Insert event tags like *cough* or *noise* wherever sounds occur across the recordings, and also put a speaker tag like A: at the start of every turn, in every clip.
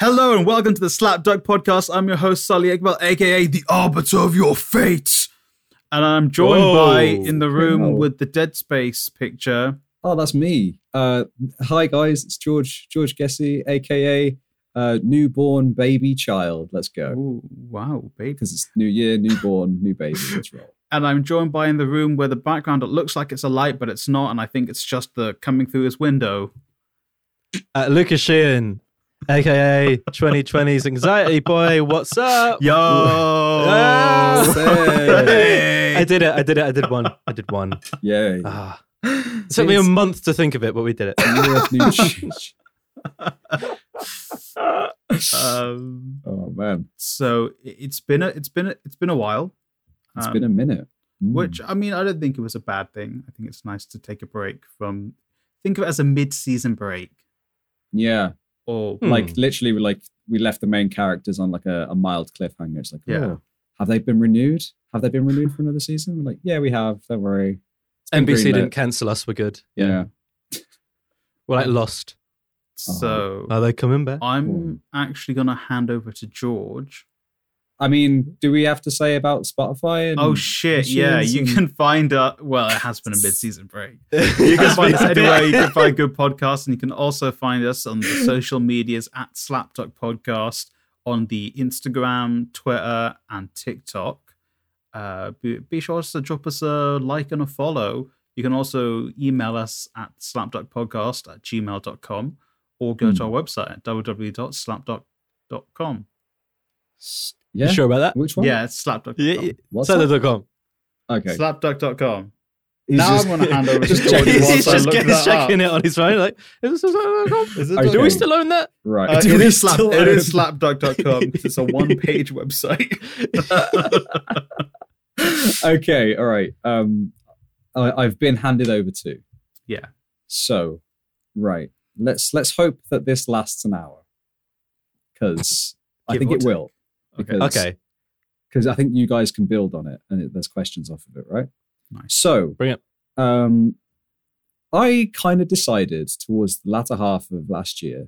A: Hello and welcome to the Slapdog Podcast. I'm your host, Sully Iqbal, aka the Arbiter of Your Fate. And I'm joined
B: Whoa.
A: by in the room
C: Wow.
A: with the Dead Space picture.
C: Oh, that's me. Uh, hi, guys. It's George George Gessie, aka uh, newborn baby child. Let's go
A: Ooh, wow, baby.
C: because it's new year, newborn, new baby.
A: *laughs*
C: Let's roll.
A: And I'm joined by in the room where the background it looks like it's a light, but it's not, and I think it's just the coming through his window.
B: Uh, Lucas Sheehan, aka 2020's anxiety boy. What's up?
A: Yo!
C: *laughs*
B: Ah.
C: Say.
B: I did it. I did it. I did one. I did *laughs* one.
C: Yay.
B: Ah. It took me a
A: Jeez.
B: month to think of it, but we did it.
C: New
A: *laughs*
C: Earth, new change.
A: um,
C: oh man,
A: so it- it's been a it's been a, it's been a while.
C: it's
A: Um,
C: been a minute. Mm.
A: which I mean, I don't think it was a bad thing. I think it's nice to take a break from. Think of it as a mid-season break,
C: yeah,
A: or
B: Hmm.
C: like literally, we like we left the main characters on like a, a mild cliffhanger. It's like,
A: Yeah.
C: oh, have they been renewed? Have they been renewed for another season? We're like, yeah, we have. Don't worry. It's
B: NBC
C: been greenlit.
B: didn't cancel us. We're good.
C: Yeah.
B: We're like lost.
A: so
B: Are they coming back?
A: I'm actually gonna hand over to George.
C: I mean, do we have to say about Spotify? And
A: Oh shit! Yeah,
C: machines
A: you
C: and-
A: can find. Uh, well, it has been a mid-season break.
B: *laughs* you
A: You can find us anywhere
B: *laughs*
A: you can find good podcasts, and you can also find us on the social medias at Slapduck Podcast on the Instagram, Twitter, and TikTok. Uh, be, be sure to drop us a like and a follow. You can also email us at slapduckpodcast at gmail.com or go to
C: Hmm.
A: our website at www.slapduck.com.
C: yeah.
B: sure about that?
C: Which one?
A: Yeah, it's slapduck.
B: Yeah, yeah.
A: Yeah,
C: What's that?
B: Seller.com.
C: Okay.
A: Slapduck.com.
C: He's
A: now
C: just-
A: I'm going to hand over to
C: just
A: George.
C: checking-
B: He's
A: once
B: he's
A: I
B: *laughs* just
A: look
B: getting-
A: that up.
B: checking it on his phone. Like, is this seller.com? Is it,
C: Okay.
B: Do we still own that?
C: right.
A: Uh,
C: *laughs*
B: Do
A: it
B: we
A: is
B: still
A: slap,
B: own
A: it is
B: it?
A: slapdog.com. It's a one-page website.
C: okay. All right. Um, I, I've been handed over to.
A: Yeah.
C: So, right. Let's let's hope that this lasts an hour, because I
A: Give
C: think
A: or
C: it
A: take.
C: will.
A: Okay. *laughs*
C: Because-
B: Okay.
C: because I think you guys can build on it and it, there's questions off of it, right?
A: Nice.
C: So
B: Bring it.
C: Um, I kind of decided towards the latter half of last year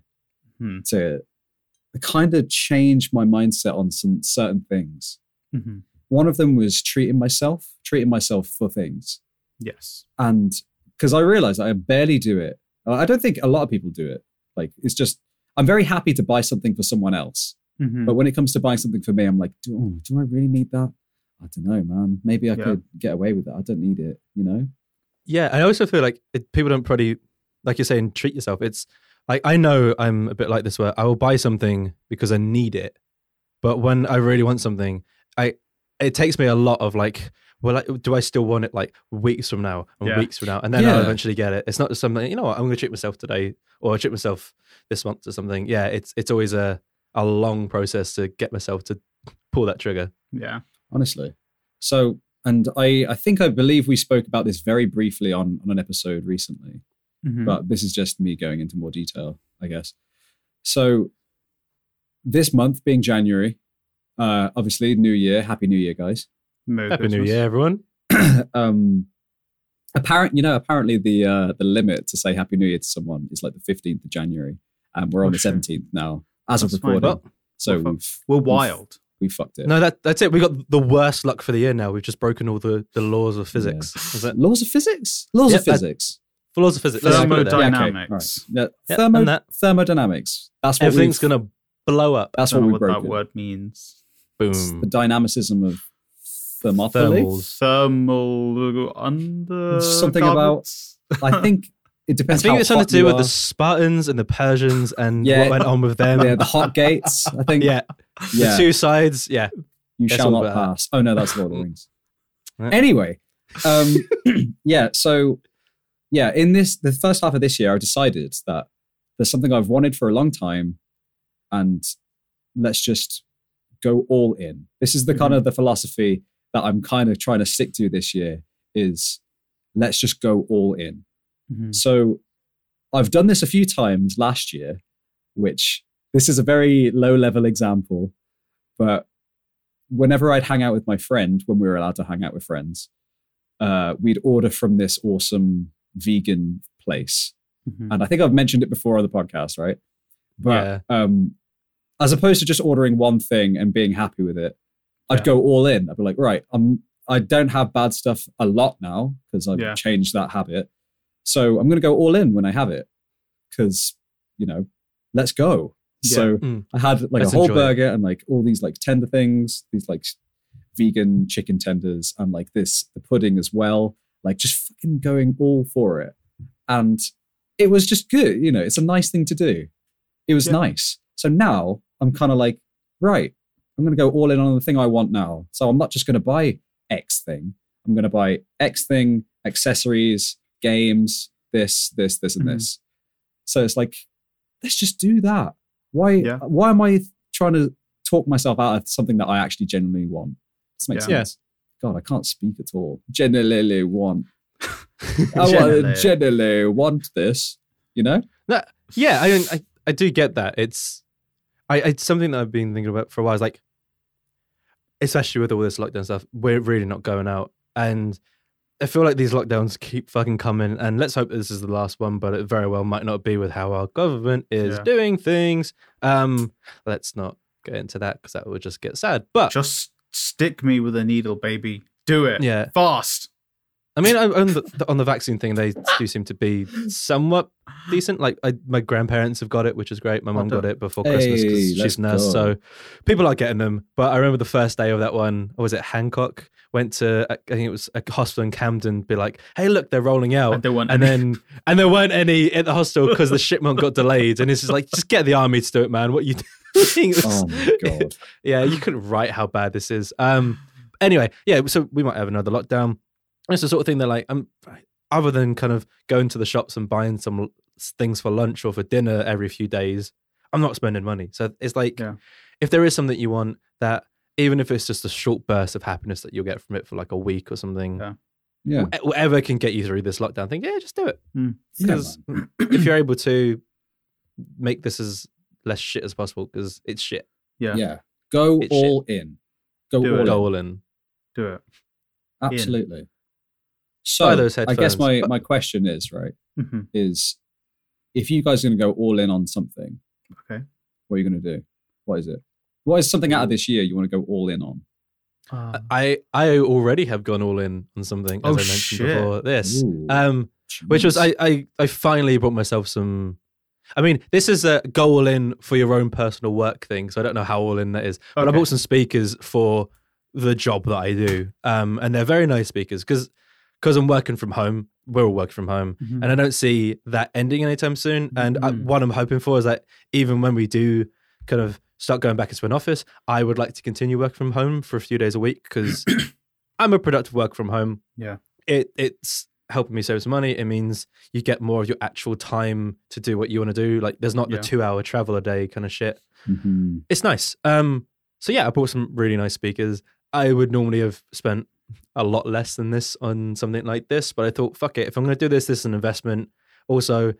A: Hmm.
C: to kind of change my mindset on some certain things.
A: Mhm.
C: One of them was treating myself, treating myself for things,
A: Yes.
C: and because I realized I barely do it. Uh, I don't think a lot of people do it. Like it's just I'm very happy to buy something for someone else.
A: Mhm.
C: But when it comes to buying something for me, I'm like, do, oh, do I really need that? I don't know, man. Maybe I
A: Yeah.
C: could get away with it. I don't need it, you know?
B: Yeah, I also feel like it, people don't probably, like you're saying, treat yourself. It's like I know I'm a bit like this where I will buy something because I need it, but when I really want something, I it takes me a lot of like, well, like, do I still want it like weeks from now and
A: Yeah.
B: weeks from now, and then I'll
C: Yeah.
B: eventually get it. It's not just something you know. What, I'm going to treat myself today, or I treat myself this month or something. Yeah, it's it's always a a long process to get myself to pull that trigger.
A: Yeah.
C: Honestly. So, and I, I think I believe we spoke about this very briefly on, on an episode recently,
A: Mhm.
C: but this is just me going into more detail, I guess. So, this month being January, uh, obviously, New Year. Happy New Year, guys.
A: Merry
B: Happy New
A: Christmas.
B: Year, everyone!
C: um, apparent, you know, apparently the uh, the limit to say Happy New Year to someone is like the fifteenth of January, and we're on
A: Oh,
C: the
A: shit.
C: seventeenth now as
A: That's
C: of
A: fine.
C: recording.
B: Well,
C: so
A: well,
C: we've
A: We're
C: we've-
A: wild.
C: We fucked it.
B: No, that that's it. We got the worst luck for the year now. We've just broken all the, the laws of physics.
C: *laughs*
A: Yeah.
B: Is it?
C: Laws of physics. Laws
B: Yeah,
C: of
B: that-
C: physics.
B: Laws of physics. Let's just put it there.
A: Thermodynamics.
C: Yeah, okay.
B: Yeah,
C: Yeah, thermo-
B: and that-
C: thermodynamics. That's what
B: Everything's
C: we've-
B: gonna blow up.
C: That's
A: I
C: what
A: don't
C: we
A: know what
C: broke.
A: that word means.
C: The
B: Boom.
C: dynamicism of thermophily.
B: Thermals.
A: Thermal under
C: Something about- I think
B: I
C: it depends.
B: think
C: how
B: it's something
C: hot
B: to
C: you
B: do with
C: are.
B: the Spartans and the Persians and
C: Yeah.
B: what went on with
C: *laughs*
B: them.
C: yeah,
B: Yeah,
C: the hot gates. I think.
B: the
C: yeah.
B: two sides. Yeah,
C: you
B: That's
C: shall
B: all
C: not
B: about-
C: pass. Oh no, that's
B: *laughs*
C: Lord of the Rings.
B: Yeah.
C: Anyway,
B: *laughs*
C: um, *clears throat* yeah. So yeah, in this the first half of this year, I decided that there's something I've wanted for a long time, and let's just go all in. This is the
B: Mm-hmm.
C: kind of the philosophy that I'm kind of trying to stick to this year. Is let's just go all in. Mm-hmm.
A: Mhm.
C: So I've done this a few times last year, which this is a very low level example, but whenever I'd hang out with my friend, when we were allowed to hang out with friends, uh, we'd order from this awesome vegan place.
A: Mhm.
C: Mm-hmm. And I think I've mentioned it before on the podcast, right? But um, as opposed to just ordering one thing and being happy with it, I'd
A: Yeah.
C: go all in. I'd be like, right, I'm I don't have bad stuff a lot now because I've
A: Yeah.
C: changed that habit. So I'm gonna go all in when I have it. Cause, you know, let's go.
A: Yeah.
C: So
B: Mm.
C: I had like
B: Let's
C: a whole
B: enjoy it.
C: burger and like all these like tender things, these like vegan chicken tenders and like this, the pudding as well. Like just fucking going all for it. And it was just good. You know, it's a nice thing to do. It was
A: Yeah.
C: nice. So now I'm kind of like, right, I'm going to go all in on the thing I want now. So I'm not just going to buy X thing. I'm going to buy X thing, accessories, games, this, this, this, and
B: Mm-hmm.
A: Mhm.
C: this. So it's like, let's just do that. Why?
A: Yeah.
C: Why am I trying to talk myself out of something that I actually genuinely want? This makes
B: Yeah.
C: sense. God, I can't speak at all.
A: *laughs*
C: Generally want. I
A: Generally.
C: want, generally want this. You
A: *laughs*
C: know?
B: yeah, I, mean, I I do get that. It's I it's something that I've been thinking about for a while. Is like, especially with all this lockdown stuff, we're really not going out, and I feel like these lockdowns keep fucking coming. And let's hope this is the last one, but it very well might not be with how our government is
A: Yeah.
B: doing things. Um, let's not get into that because that would just get sad. But
A: *laughs* Just stick me with a needle, baby. Do it.
B: yeah,
A: Fast.
B: I mean, I- on the, on the vaccine thing, they do seem to be somewhat decent. Like I, my grandparents have got it, which is great. My mum got it before Christmas
C: Hey,
B: because she's
C: let's
B: a nurse,
C: go.
B: so people are getting them. But I remember the first day of that one. or Was it Hancock? Went to I think it was a hospital in Camden. Be like, hey, look, they're rolling out.
A: And they want
B: Oh, And then, and there weren't any at the hospital because the shipment got delayed. And it's just like, just get the army to do it, man. What you *laughs* doing? It was-
C: Oh my god.
B: yeah, you
A: *sighs*
B: couldn't write how bad this is. Um, anyway, yeah, so we might have another lockdown. It's the sort of thing that, like, um, other than kind of going to the shops and buying some l- things for lunch or for dinner every few days, I'm not spending money. So it's like,
A: Yeah.
B: if there is something you want that, even if it's just a short burst of happiness that you'll get from it for like a week or something,
A: Yeah. *laughs*
C: Yeah.
B: wh- whatever can get you through this lockdown thing, yeah, just do it.
C: Yeah,
B: Because
A: *clears throat*
B: if you're able to make this as less shit as possible, because it's shit,
A: *laughs* yeah,
C: Yeah. Go
B: It's shit.
C: all in. Go
A: Do
C: all
A: it.
C: in.
B: go all in.
A: do it.
C: Absolutely.
B: Buy
C: So
B: those
C: I guess
B: headphones.
C: my,
B: But-
C: my question is, right,
A: Mhm.
C: is if you guys are going to go all in on something,
A: Okay.
C: what are you going to do? What is it? What is something out of this year you want to go all in on? Ah.
B: I I already have gone all in on something as
A: Oh,
B: I mentioned
A: shit.
B: before this,
C: Ooh,
B: um, which was
C: jeez.
B: I, I I finally bought myself some. I mean, this is a go all in for your own personal work thing, so I don't know how all in that is. But
A: Okay.
B: I bought some speakers for the job that I do, um, and they're very nice speakers because because I'm working from home. We're all working from home,
A: Mhm. *laughs*
C: Mm-hmm.
B: and I don't see that ending anytime soon. And I,
A: Mm.
B: what I'm hoping for is that even when we do kind of start going back into an office, I would like to continue work from home for a few days a
A: *clears throat*
B: week because I'm a productive work from home.
A: Yeah.
B: it it's helping me save some money. It means you get more of your actual time to do what you want to do. Like there's not
A: Yeah.
B: the two hour travel a day kind of shit
C: Mhm.
B: it's nice. Um, so yeah, I bought some really nice speakers. I would normally have spent a lot less than this on something like this, but I thought, fuck it, if I'm going to do this, this is an investment. Also,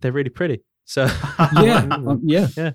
B: they're really pretty. So *laughs*
C: yeah, um, yeah,
B: Yeah.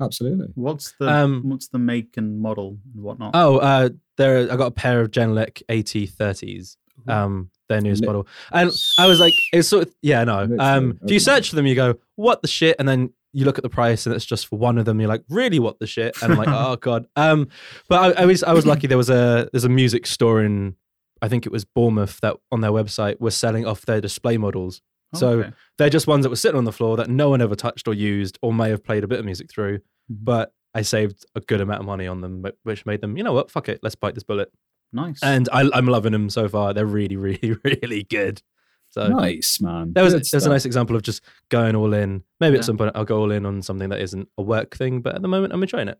C: absolutely.
A: What's the
B: Um,
A: what's the make and model and whatnot?
B: oh, uh, there I got a pair of Genelec AT30s. Um, their newest
C: Lit-
B: model, and I was like, it's sort of yeah, no.
C: Literally,
B: Um, if you
C: okay.
B: search for them, you go, what the shit, and then you look at the price, and it's just for one of them. You're like, really, what the shit? And I'm *laughs* like, oh god. Um, but I, I was I was lucky. There was a there's a music store in I think it was Bournemouth that on their website were selling off their display models. so-
A: Oh, okay.
B: They're just ones that were sitting on the floor that no one ever touched or used, or may have played a bit of music through. But I saved a good amount of money on them, but- which made them, you know what, fuck it, let's bite this bullet.
A: nice.
B: And I, I'm loving them so far. They're really, *laughs* really, really good. So
C: Nice man.
B: there was
C: Good
B: there's a
C: stuff.
B: nice example of just going all in. Maybe
A: Yeah.
B: at some point I'll go all in on something that isn't a work thing, but at the moment I'm enjoying it.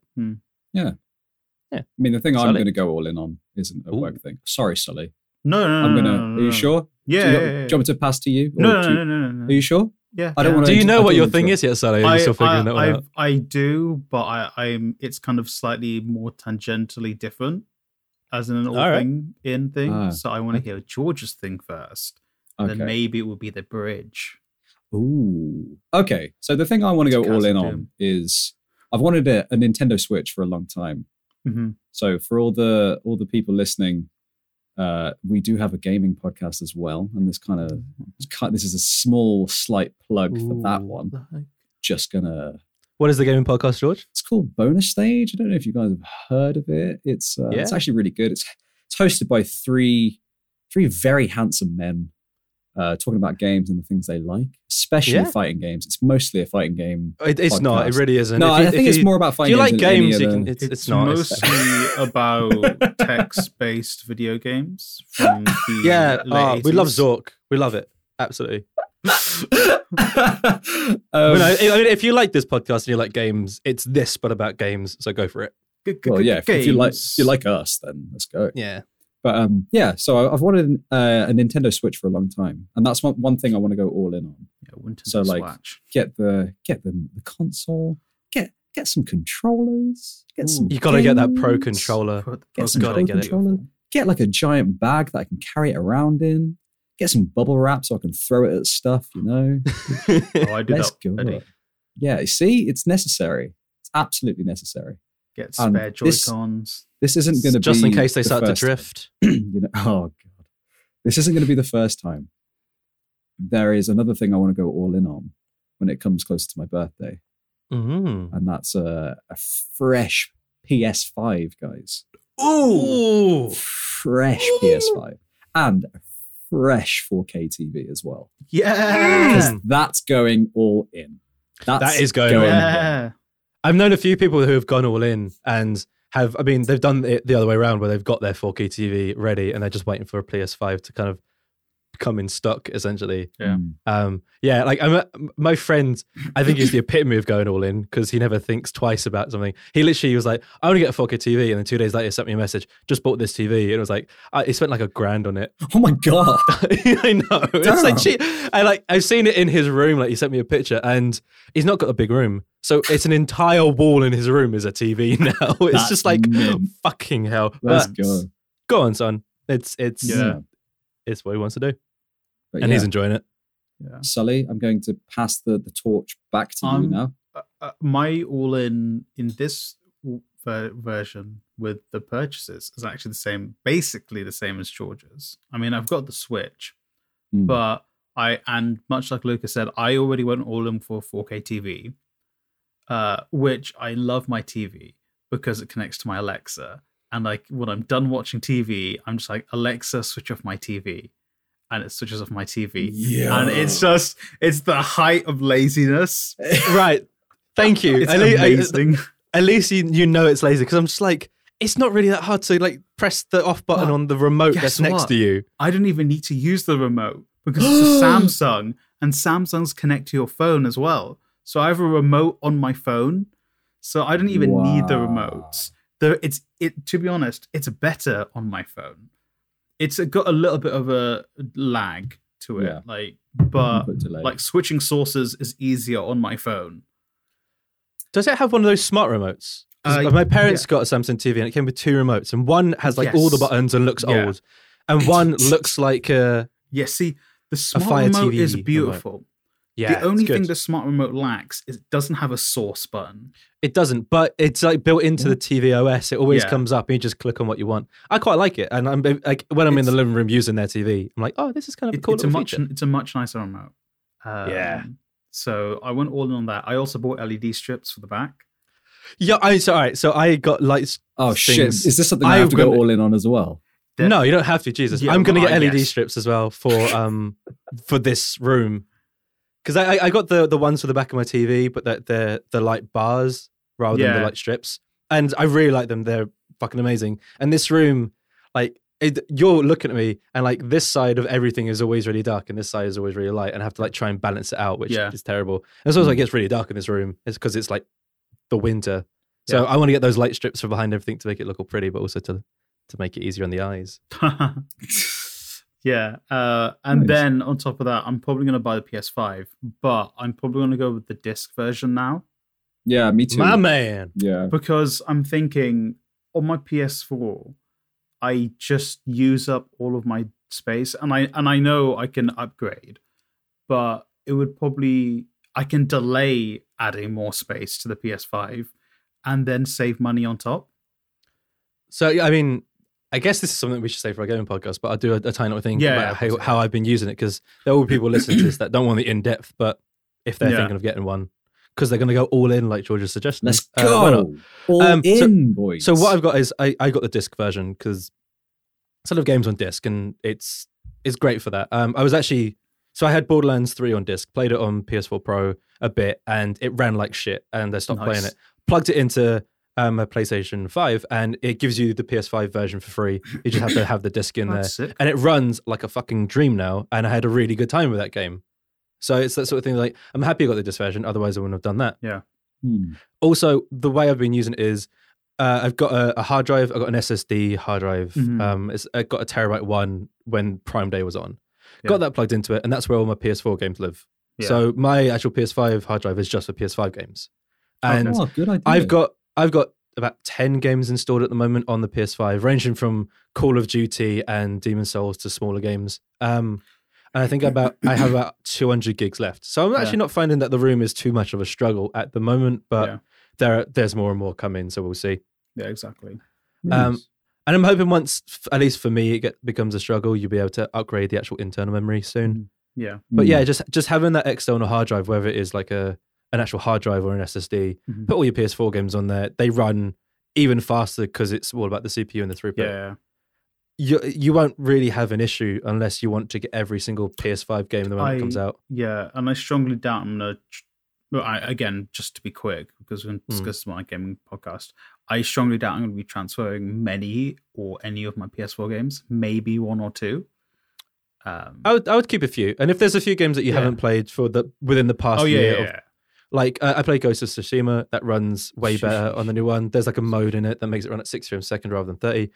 C: I mean, the thing I'm
B: Sully.
C: going to go all in on isn't a
B: Ooh.
C: work thing. Sorry, Sully.
A: no, no, no,
C: I'm
A: no,
C: gonna.
A: no, no,
C: are you
A: no.
C: sure?
A: Mm. Yeah.
C: do
A: yeah,
C: you, want-
A: yeah,
C: do you want me to pass to you? Or
A: No,
C: do
A: no,
C: you-
A: no, no, no, no.
C: Are you sure?
A: Yeah.
C: I don't
A: yeah.
C: wanna-
B: Do you know
C: I
B: what
C: don't
B: you're
C: even feel-
B: thing is yet, Sally? You're
A: I,
B: still figuring
A: I,
B: that one
A: I,
B: out.
A: I do, but I, I'm. It's kind of slightly more tangentially different, as in an all,
B: All right.
A: thing in thing.
C: Ah,
A: so I want to hear George's thing first, and
C: Okay.
A: then maybe it will be the bridge.
C: Ooh. Okay. So the thing I want to
A: It's
C: go all in
A: Chasm
C: on
A: Doom.
C: is I've wanted a, a Nintendo Switch for a long time.
A: hmm
C: So for all the all the people listening, uh, we do have a gaming podcast as well, and this kind
B: Mm-hmm.
C: of this is a small, slight plug for that one. Just gonna
B: What is the gaming podcast, George?
C: It's called Bonus Stage. I don't know if you guys have heard of it. It's uh, it's
B: Yeah.
C: actually really good. It's it's hosted by three three very handsome men uh, talking about games and the things they like, especially
B: Yeah.
C: fighting games. It's mostly a fighting game.
B: It, it's not. It
C: Podcast.
B: really isn't.
C: no,
B: If
C: I
B: you-
C: think
B: if
C: it's
B: you-
C: more about
B: If
C: fighting.
B: you like
C: games, than any
B: games, you
C: other-
B: can,
C: *laughs*
B: it's, it's, not. It's-
A: mostly
B: *laughs*
A: about text-based video games from
C: *laughs*
A: the
B: yeah,
A: late
B: uh, we love
A: 80s.
B: Zork. We love it. Absolutely.
C: Um,
B: But no, I I mean, if you like this podcast and you like games, it's this but about games. So go for it.
A: G- g-
C: well,
A: g-
C: yeah. If, if you like
A: games.
C: if you like us, then let's go.
B: Yeah.
C: But um, yeah, so I- I've wanted uh, a Nintendo Switch for a long time, and that's one, one thing I want to go all in on.
A: Yeah, Winter
C: So, like,
A: Swatch.
C: Get the get the, the console, get get some controllers, get some.
A: Ooh.
B: You got to get that pro
A: *laughs*
C: games,
B: controller.
A: Put-
C: Get
A: put
C: some
B: gotta
C: pro
A: God,
B: get it.
C: controller. Get like a giant bag that I can carry it around in. Get some bubble wrap so I can throw it at stuff.
B: *laughs*
C: You know.
A: Oh, I do
C: Let's
A: that.
C: go.
A: already.
C: Yeah, you see, it's necessary. It's absolutely necessary.
A: Get
C: And
A: spare
C: this-
A: Joy-Cons.
C: This isn't going to be
B: Just in case they
C: the
B: start to
C: first-
B: drift.
C: *clears throat* you know, oh god, this isn't going to be the first time. There is another thing I want to go all in on when it comes closer to my birthday,
B: Mm.
C: and that's a, a fresh PS5, guys.
B: Ooh.
C: Fresh PS5 and a fresh 4K TV as well.
A: Yeah.
C: That's going all in. That's
B: That is going
C: all
B: in.
A: Yeah.
B: *clears throat* I've known a few people who have gone all in and have, I mean, they've done it the other way around where they've got their 4K TV ready and they're just waiting for a PS5 to kind of come in stock, essentially.
A: Yeah.
C: Mm.
B: Um, yeah, like I'm a, my friend, I think he's the epitome of going all in because he never thinks twice about something. He literally was like, I want to get a 4K TV. And then two days later, sent me a message, just bought this TV. And it was like, I, he spent like a grand on it.
C: Oh my god!
B: *laughs* I know. It's
C: Damn.
B: like cheap. I like I've seen it in his room. Like he sent me a picture, and he's not got a big room, so it's an entire wall in his room is a TV *laughs* now. It's
C: That's
B: just like
A: *laughs*
C: mint.
B: fucking hell.
C: Let's
B: But
C: go. Mm.
B: go on, son. It's it's
A: Yeah.
B: it's what he wants to do,
C: But
B: and
C: yeah.
B: he's
A: *laughs*
B: enjoying it.
A: Yeah.
C: Sully, I'm going to pass the, the torch back to you
A: Um,
C: now.
A: Uh, uh, my all in in this w- ver- version with the purchases is actually the same, basically the same as George's. I mean, I've got the Switch,
C: Mm.
A: but I and much like Lucas said, I already went all in for 4K TV, uh, which I love my TV because it connects to my Alexa. And like when I'm done watching TV, I'm just like Alexa, switch off my TV, and it switches off my TV.
C: yeah.
A: And it's just it's the height of laziness.
B: right. Thank you.
A: *laughs* It's
B: at, lea- I-
A: amazing.
B: at least you, you know it's lazy because I'm just like it's not really that hard to like press the off button
A: Well,
B: on the remote
A: guess
B: that's next
A: what?
B: to you.
A: I don't even need to use the remote because it's
B: *gasps*
A: a Samsung and Samsungs connect to your phone as well. So I have a remote on my phone. So I don't even need the
C: Wow.
A: remotes. The, it's it to be honest, it's better on my phone. It's got a little bit of a lag to it.
C: Yeah.
A: Like
B: Mm-hmm,
A: but
C: Input delay.
A: like switching sources is easier on my phone.
B: Does it have one of those smart remotes? 'Cause
A: Uh,
B: my parents got a Samsung TV and it came with two remotes, and one has like all the
A: Yes.
B: buttons and looks
A: Yeah.
B: old, and one looks like uh, a
A: Yeah, see, the smart
B: Fire
A: remote
B: TV
A: is
B: remote.
A: beautiful.
B: yeah.
A: the only
B: it's good.
A: thing the smart remote lacks is it doesn't have a source button.
B: it doesn't, but it's like built into the TV OS. It always
A: Mm-hmm. Yeah.
B: comes up, and you just click on what you want. I quite like it, and I'm like when I'm in the
A: It's-
B: living room using their TV, I'm like, oh, this is kind of a
A: It-
B: cool
A: it's a
B: little
A: much
B: feature.
A: it's a much nicer remote. Um,
B: Yeah.
A: So I went all in on that. I also bought LED strips for the back.
B: Yeah, I so all right, so I got lights.
C: Oh shit!
B: things.
C: Is this something I
B: I've
C: have to go
B: gonna-
C: all in on as well?
A: That-
B: no, you don't have to, Jesus.
A: Yeah,
B: I'm gonna
A: well,
B: get
A: I
B: LED
A: guess.
B: strips as well for um for this room because I, I I got the the ones for the back of my TV, but they're they're, they're like bars rather than
A: Yeah.
B: the light strips, and I really like them. They're fucking amazing. And this room, like it, you're looking at me, and like this side of everything is always really dark, and this side is always really light, and I have to like try and balance it out, which
A: Yeah.
B: is terrible. And as well as
C: Mm.
B: it gets really dark in this room, it's because it's like the winter. So I want to get those light strips from behind everything to make it look all pretty, but also to to make it easier on the eyes.
A: *laughs* yeah. Uh, and
C: Nice.
A: then on top of that, I'm probably going to buy the PS5, but I'm probably going to go with the disc version now
C: Yeah, me too.
B: My man.
C: Yeah,
A: because I'm thinking on my PS4, I just use up all of my space, and I and I know I can upgrade, but it would probably I can delay adding more space to the PS5, and then save money on top.
B: So yeah, I mean, I guess this is something we should say for our gaming podcast, but I'll do a, a tiny little thing
A: Yeah, yeah,
B: about
A: of course,
B: how,
A: yeah.
B: how I've been using it because there will be people listening to this that don't want the in depth, but if they're
A: Yeah.
B: thinking of getting one, because they're going to go all in, like George's suggestion.
C: Let's
B: Uh, why not?
C: go. All
B: Um, so-
C: in, boys.
B: So what I've got is I, I got the disc version because it's a lot of games on disc and it's it's great for that. Um, I was actually so I had Borderlands three on disc, played it on PS4 Pro a bit, and it ran like shit, and I stopped
A: Nice.
B: playing it. Plugged it into um, a PlayStation Five, and it gives you the PS5 version for free. You just have to have the disc in there,
A: That's sick.
B: and it runs like a fucking dream now. And I had a really good time with that game. So it's that sort of thing. Like I'm happy I got the disc version, otherwise I wouldn't have done that
C: Hmm.
B: also the way I've been using it is uh, I've got a, a hard drive. I've got an SSD hard drive.
A: Mhm.
B: Um, it's, I got a terabyte one when Prime Day was on.
A: Yeah.
B: Got that plugged into it, and that's where all my PS4 games live.
A: Yeah.
B: So my actual PS5 hard drive is just for PS5 games, and
C: oh, good idea.
A: Hmm.
B: I've got I've got about ten games installed at the moment on the PS5, ranging from Call of Duty and Demon Souls to smaller games. Um, and I think about I have
A: *coughs*
B: about two hundred gigs left, so I'm actually
A: Yeah.
B: not finding that the room is too much of a struggle at the moment. But
A: Yeah.
B: there there's more and more coming, so we'll see.
A: Yeah, exactly.
B: um, And I'm hoping once, f- at least for me, it get, becomes a struggle. You'll be able to upgrade the actual internal memory soon.
A: Yeah.
C: Hmm.
B: But yeah, just just having that external hard drive, whether it is like a an actual hard drive or an SSD,
A: Mhm.
B: put all your PS4 games on there. They run even faster because it's all about the CPU and the throughput.
A: Yeah.
B: You you won't really have an issue unless you want to get every single PS5 game the moment it comes
A: I-
B: out.
A: Yeah. And I strongly doubt I'm going to. Well, I, again, just to be quick, because we're going to
B: Mm.
A: discuss this on my gaming podcast, I strongly doubt I'm going to be transferring many or any of my PS4 games, maybe one or two. Um,
B: I would I would keep a few, and if there's a few games that you
A: Yeah.
B: haven't played for the within the past
A: oh, yeah,
B: year
A: yeah,
B: of
A: yeah.
B: Like uh, I play Ghost of Tsushima, that runs way better on the new one. There's like a mode in it that makes it run at 60 frames a second rather than 30.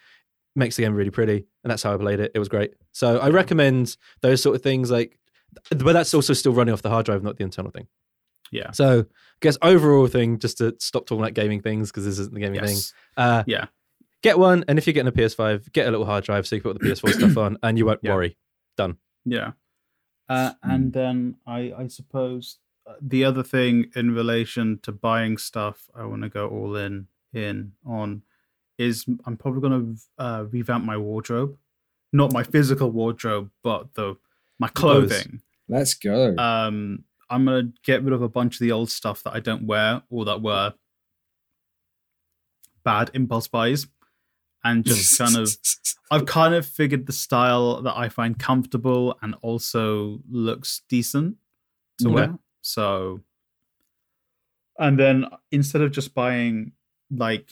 B: Makes the game really pretty, and that's how I played it. It was great. So I recommend those sort of things. Like, th- but that's also still running off the hard drive, not the internal thing.
A: Yeah.
B: So I guess overall thing, just to stop talking about gaming things because this isn't the gaming thing.
A: Yes.
B: Uh,
A: Yeah.
B: Get one, and if you're getting a PS5, get a little hard drive so you can put the
A: *clears throat*
B: PS4 stuff on, and you won't
A: Yeah.
B: worry.
A: Yeah. Uh,
C: Hmm.
A: and then I, I suppose uh, the other thing in relation to buying stuff, I want to go all in in on is I'm probably going to uh, revamp my wardrobe, not my physical wardrobe, but the my
B: Clothes.
A: clothing.
C: Let's go.
B: Uh,
A: Um, I'm going to get rid of a bunch of the old stuff that I don't wear or that were bad impulse buys, and just
C: *laughs*
A: kind of I've kind of figured the style that I find comfortable and also looks decent to
B: Okay.
A: wear. So, and then instead of just buying like,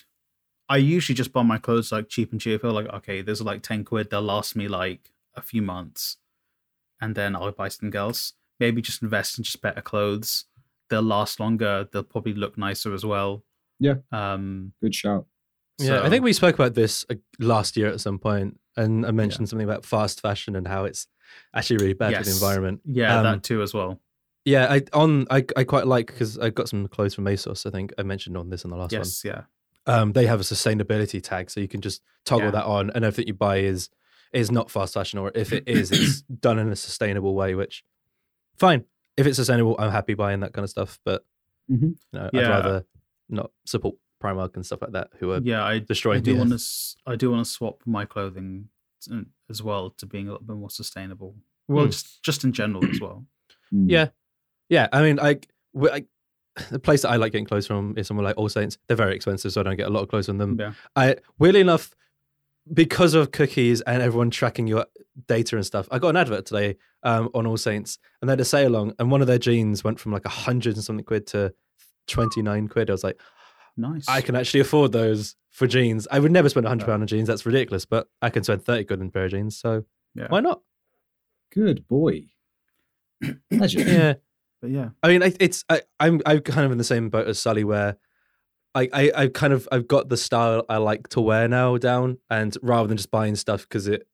A: I usually just buy my clothes like cheap and cheerful. Like, okay, those are like ten quid. They'll last me like a few months, and then I'll buy something else. Maybe just invest in just better clothes. They'll last longer. They'll probably look nicer as well.
C: Yeah.
A: Um.
C: Good shout.
B: Yeah, I
A: so-
B: think we spoke about this uh, last year at some point, and I mentioned something about fast fashion and how it's actually really bad for the
A: Yes.
B: environment.
A: Yeah,
B: Um,
A: that too as well.
B: Yeah, I on I, I quite like because I got some clothes from ASOS. I think I mentioned on this in the last
A: Yes. Yeah.
B: one. Um, they have a sustainability tag, so you can just toggle
A: Yeah.
B: that on, and everything you buy is is not fast fashion, or if it
A: *clears throat*
B: is, it's done in a sustainable way. Which fine, if it's sustainable, I'm happy buying that kind of stuff. But
C: Mhm.
B: you know, I'd
A: Mm-hmm. Yeah.
B: rather not support Primark and stuff like that, who are
A: Yeah. I I
B: destroying
A: do
B: the
A: want
B: earth.
A: to. I do want to swap my clothing t- as well to being a little bit more sustainable. Well,
B: Hmm.
A: just just in general as well.
C: Mm.
B: Yeah, yeah. I mean, like, we- like *sighs* the place that I like getting clothes from is somewhere like All Saints. They're very expensive, so I don't get a lot of clothes from them.
A: Yeah.
B: I weirdly enough, because of cookies and everyone tracking your data and stuff, I got an advert today um, on All Saints, and they had a sale along, and one of their jeans went from like a hundred and something quid to twenty nine quid. I was like,
A: Nice.
B: I can actually afford those for jeans. I would never spend a hundred pound on jeans. That's ridiculous, but I can spend thirty quid on a pair of jeans. So
A: Yeah.
B: why not?
C: Good boy.
B: *clears throat*
C: Legend.
B: Yeah.
A: But yeah.
B: I mean, I, it's I, I'm I'm kind of in the same boat as Sully, where I, I I kind of I've got the style I like to wear now down, and rather than just buying stuff because it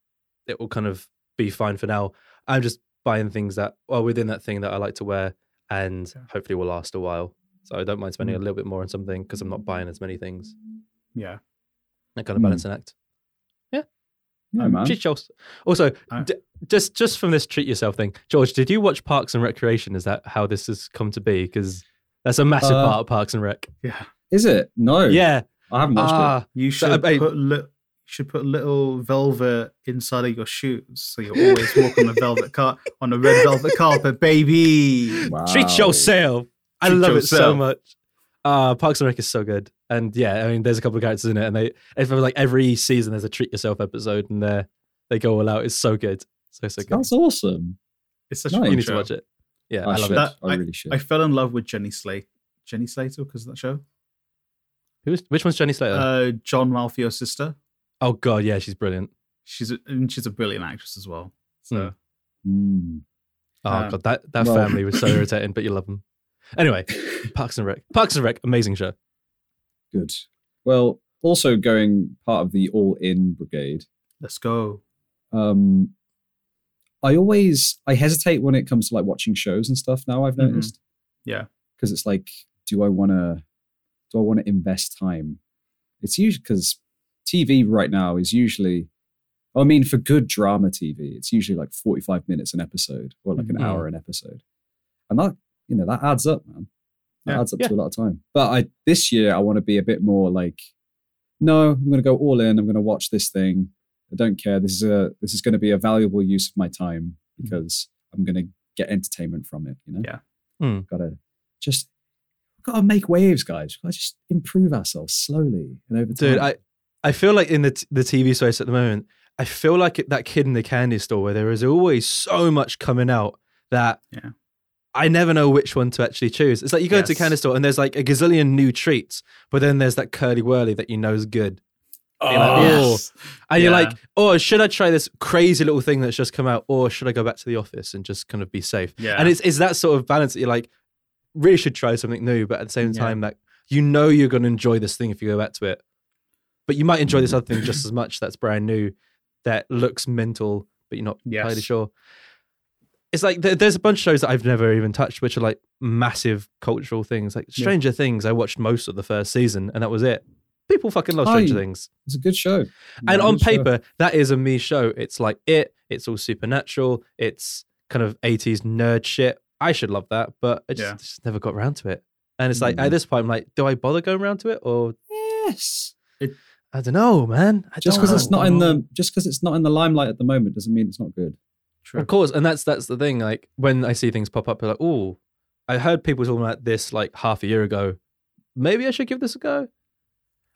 B: it will kind of be fine for now, I'm just buying things that are within that thing that I like to wear, and
A: Yeah.
B: hopefully will last a while. So I don't mind spending a
A: Mm.
B: little bit more on something because I'm not buying as many things.
A: Yeah.
B: That kind of
C: Mm.
B: balancing act.
C: Yeah,
A: Um,
C: man.
B: Treat yourself. Also,
A: Uh,
B: d- just just from this treat yourself thing, George, did you watch Parks and Recreation? Is that how this has come to be? Because that's a massive
C: Uh,
B: part of Parks and Rec.
A: Yeah.
C: Is it? No.
B: Yeah.
C: I haven't watched it.
B: Ah,
A: You
B: So,
A: should
B: I- I-
A: put li- should put little velvet inside of your shoes, so you
B: *laughs*
A: always walk on a velvet car on a red velvet carpet, baby.
C: Wow.
B: treat yourself. I
A: Treat
B: love it so
A: yourself.
B: much. Uh, Parks and Rec is so good, and yeah, I mean, there's a couple of characters in it, and they if it was like every season there's a treat yourself episode, and they they go all out. It's so good, so so good.
C: That's awesome.
A: It's such
C: Nice.
A: a
B: You
A: fun
B: need
A: show.
B: to watch it. Yeah,
C: I,
B: I love
C: should.
B: it.
A: That-
C: I really should.
A: I fell in love with Jenny Slate. Jenny Slater because of that show.
B: Who's which one's Jenny Slater?
A: Uh, John Ralphio's sister.
B: oh God, yeah, she's brilliant.
A: She's a, and she's a brilliant actress as well. So
B: Mm.
C: Mm.
B: Oh
A: Um,
B: God, that that
C: well-
B: family
C: *laughs*
B: was so irritating, but you love them. Anyway, Parks and Rec. Parks and Rec, amazing show.
C: Good. Well, also going part of the all in brigade.
A: let's go.
C: Um, I always I hesitate when it comes to like watching shows and stuff. Now I've
A: Mhm.
C: noticed.
A: Yeah.
C: Because it's like, do I want to? Do I want to invest time? It's usually because TV right now is usually. I mean, for good drama TV, it's usually like forty-five minutes an episode, or like an
B: Mhm.
C: hour an episode, and that you know that adds up, man. That
A: Yeah.
C: adds up
B: Yeah.
C: to a lot of time. But I this year I want to be a bit more like, no, I'm going to go all in. I'm going to watch this thing. I don't care. This is a this is going to be a valuable use of my time
B: Mm-hmm.
C: because I'm going to get entertainment from it. You know,
A: Yeah.
B: Mm.
C: gotta just gotta make waves, guys. Gotta just improve ourselves slowly and over time.
B: Dude, I, I feel like in the t- the TV space at the moment, I feel like it- that kid in the candy store where there is always so much coming out that
A: Yeah.
B: I never know which one to actually choose. It's like you go to a
A: Yes.
B: candy store and there's like a gazillion new treats, but then there's that curly whirly that you know is good. like,
A: Oh.
B: yes. And you're
A: Yeah.
B: like, oh, should I try this crazy little thing that's just come out, or should I go back to the office and just kind of be safe?
A: Yeah.
B: And it's it's that sort of balance that you're like, really should try something new, but at the same
A: Yeah.
B: time, like you know you're gonna enjoy this thing if you go back to it. But you might enjoy
A: Mm.
B: this other thing just as much that's brand new, that looks mental, but you're not entirely
A: Yes.
B: sure. It's like there, there's a bunch of shows that I've never even touched, which are like massive cultural things. Like
A: Yeah.
B: Stranger Things, I watched most of the first season, and that was it. People fucking love
C: Oh,
B: Stranger
C: you-
B: Things.
C: it's a good show.
B: And
C: Yeah,
B: on
C: good show.
B: paper, that is a me show. It's like it, it's all supernatural, it's kind of 80s nerd shit. I should love that, but I just,
A: Yeah.
B: just never got around to it. And it's like
C: Mhm.
B: at this point, I'm like, do I bother going around to it? Or
C: yes.
B: I don't know, man. I
C: Just
B: don't
C: because it's
B: know.
C: not in the just because it's not in the limelight at the moment doesn't mean it's not good.
A: True.
B: Of course. And that's that's the thing. Like when I see things pop up, I'm like, oh, I heard people talking about this like half a year ago. Maybe I should give this a go.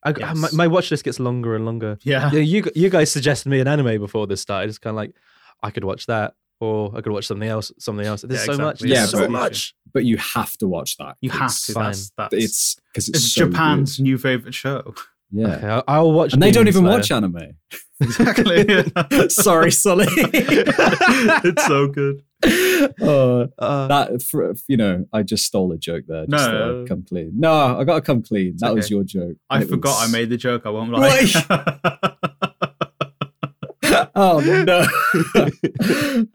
B: I, I- my,
A: Yes.
B: my watch list gets longer and longer.
A: Yeah.
B: yeah, you you guys suggested me an anime before this started. It's kind of like I could watch that, or I could watch something else. Something else. There's
A: Yeah,
B: so much.
A: exactly.
B: There's
C: Yeah,
B: so
C: but-
B: much.
C: But you have to watch that.
A: You have
C: It's-
A: to.
B: fine.
A: That's, that's
C: It's because it's,
A: it's
C: so
A: Japan's
C: good.
A: new favorite show. *laughs*
C: Yeah.
B: Okay, I'll, I'll watch.
C: And they don't
B: Demon
C: even
B: Slayer.
C: watch anime. *laughs*
A: exactly. *laughs*
C: Sorry, Sully.
A: it's so good.
C: Uh,
B: Uh,
C: *laughs* that for, you know, I just stole a joke there. Just
A: No.
C: no, come clean. No, I gotta come clean. that was
A: okay.
C: your joke.
A: I
C: And it
A: forgot
C: was-
A: I made the joke. I won't lie.
C: *laughs*
A: *laughs*
C: Oh no!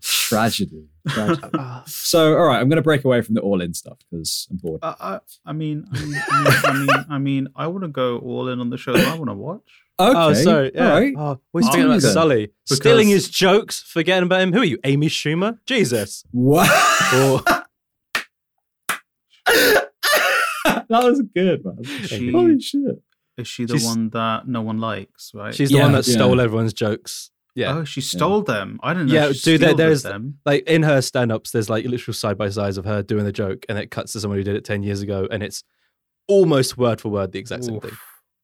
C: Tragedy. Tragedy.
B: uh,
C: So, all right, I'm going to break away from the all-in stuff because I'm bored.
A: Uh, *laughs* I, I mean, I mean, I mean, I mean, I mean, I want to go all in on the show. that I want to watch.
C: Okay.
B: Oh, sorry. Yeah.
C: All right.
B: Oh, we're
A: Let's
B: speaking
A: do
B: about
C: that.
B: Sully stealing
A: Because-
B: his jokes, forgetting about him. Who are you, Amy Schumer?
A: *laughs*
B: Jesus.
C: Wow.
A: Oh.
B: Or
C: *laughs* that was good, man.
A: She-
C: Holy shit!
A: Is she the
B: She's-
A: one that no one likes? Right?
B: she's the
C: Yeah,
B: one that
C: yeah.
B: stole everyone's jokes. Yeah.
A: Oh, she stole them. I didn't know.
B: Yeah,
A: Yeah, she
B: dude, there-
A: dude,
B: there's-
A: there's them.
B: Like in her stand-ups, there's like literal side by sides of her doing the joke, and it cuts to someone who did it ten years ago, and it's almost word for word the exact same
A: Oof.
B: thing.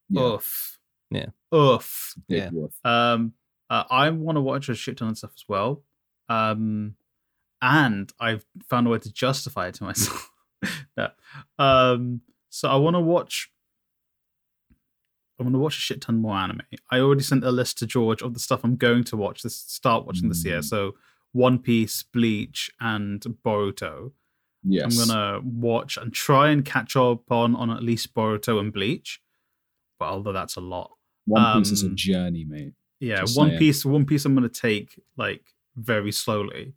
C: Yeah.
A: Oof.
B: Yeah.
A: Oof.
C: Big
B: Yeah.
C: woof.
A: Um, uh, I want to watch a shit ton of stuff as well. Um, and I've found a way to justify it to *laughs* myself. no. Um, so I want to watch. I want to watch a shit ton more anime. I already sent a list to George of the stuff I'm going to watch. This start watching this year.
C: Mm.
A: So One Piece, Bleach, and Boruto.
C: Yes.
A: I'm gonna watch and try and catch up on on at least Boruto and Bleach. But although that's a lot,
C: One Piece is a
A: um,
C: journey, mate.
A: yeah,
C: Just
A: One
C: saying.
A: Piece. One Piece. I'm gonna take like very slowly.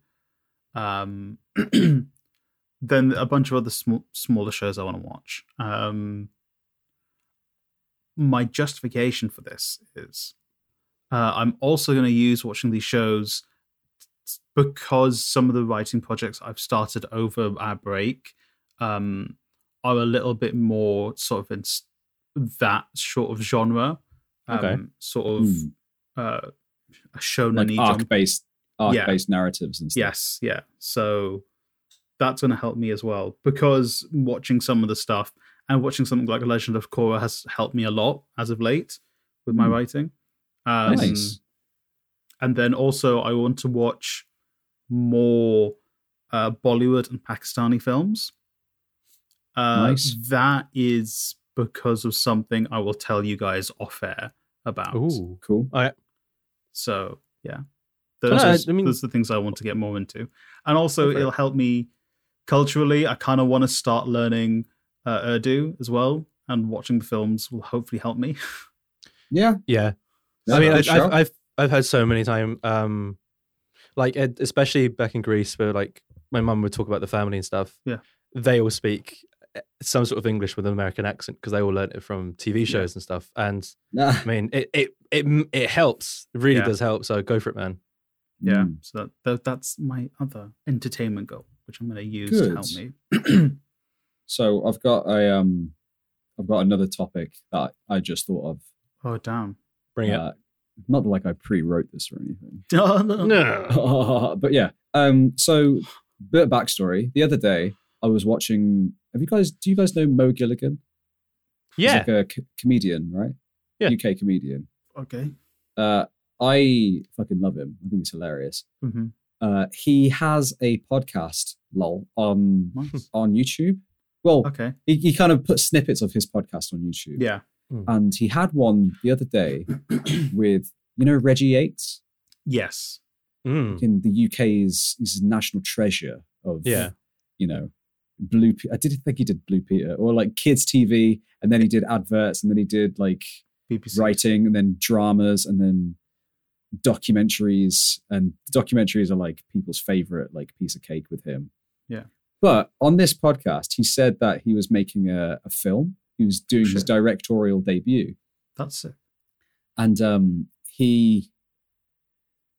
A: Um, *clears throat* then a bunch of other sm- smaller shows I want to watch. Um, my justification for this is uh, I'm also going to use watching these shows because some of the writing projects I've started over our break um, are a little bit more sort of in s- that sort of genre, um,
B: Okay.
A: sort of
C: Mm.
A: uh, a shonen
C: Like arc-based, arc-based narratives and stuff.
A: Yes, yeah. So that's going to help me as well because watching some of the stuff and watching something like Legend of Korra has helped me a lot as of late with my
C: Hmm.
A: writing. Um,
C: Nice.
B: Mm.
A: And then also, I want to watch more uh, Bollywood and Pakistani films. Uh,
C: Nice.
A: That is because of something I will tell you guys off air about.
B: Ooh.
C: Cool.
A: So yeah,
B: Cool.
A: those,
B: Yeah, I mean-
A: those are the things I want to get more into, and also
B: Go for it.
A: it'll help me culturally. I kind of want to start learning uh, Urdu as well, and watching the films will hopefully help me.
C: Yeah.
B: Yeah. *laughs*
C: Yeah,
B: I mean,
C: good
B: I've, I've,
C: shout.
B: I've I've had so many time, um, like e- especially back in Greece, where like my mum would talk about the family and stuff.
A: Yeah.
B: they all speak eh, some sort of English with an American accent because they all learned it from TV shows and stuff. And *laughs*
C: Ah,
B: I mean, it it it m- it helps. It really
A: Yeah.
B: does help. So go for it, man.
A: Yeah,
B: Hmm.
C: mm,
A: so that, that that's my other entertainment goal, which I'm going to use to help me.
B: *clears throat*
C: So I've got a um, I've got another topic that I just thought of.
A: oh damn! *laughs*
B: Bring it.
C: Uh, not like I pre-wrote this or anything, *laughs*
B: No.
C: but yeah. Um, so bit of backstory. The other day I was watching. Have you guys? Do you guys know Mo Gilligan? He's
B: Yeah.
C: like a c- comedian, right?
B: Yeah.
C: UK comedian.
A: Okay.
C: Uh, I fucking love him. I think it's hilarious.
A: hmm
C: Uh, he has a podcast, lol, on
A: Nice.
C: on YouTube. Well,
A: Okay.
C: he, he kind of put snippets of his podcast on YouTube.
A: Yeah.
C: And he had one the other
A: *clears throat*
C: day with, you know, Reggie Yates
A: Yes.
B: Mm.
C: in the UK's he's a national treasure of,
B: Yeah.
C: you know, Blue Pe- I did think he did Blue Peter or like kids TV. And then he did adverts and then he did like
A: BBC.
C: writing and then dramas and then documentaries and documentaries are like people's favorite like piece of cake with him
A: Yeah.
C: but on this podcast he said that he was making a, a film he was doing his
A: Shit.
C: directorial debut
A: That's it.
C: and um he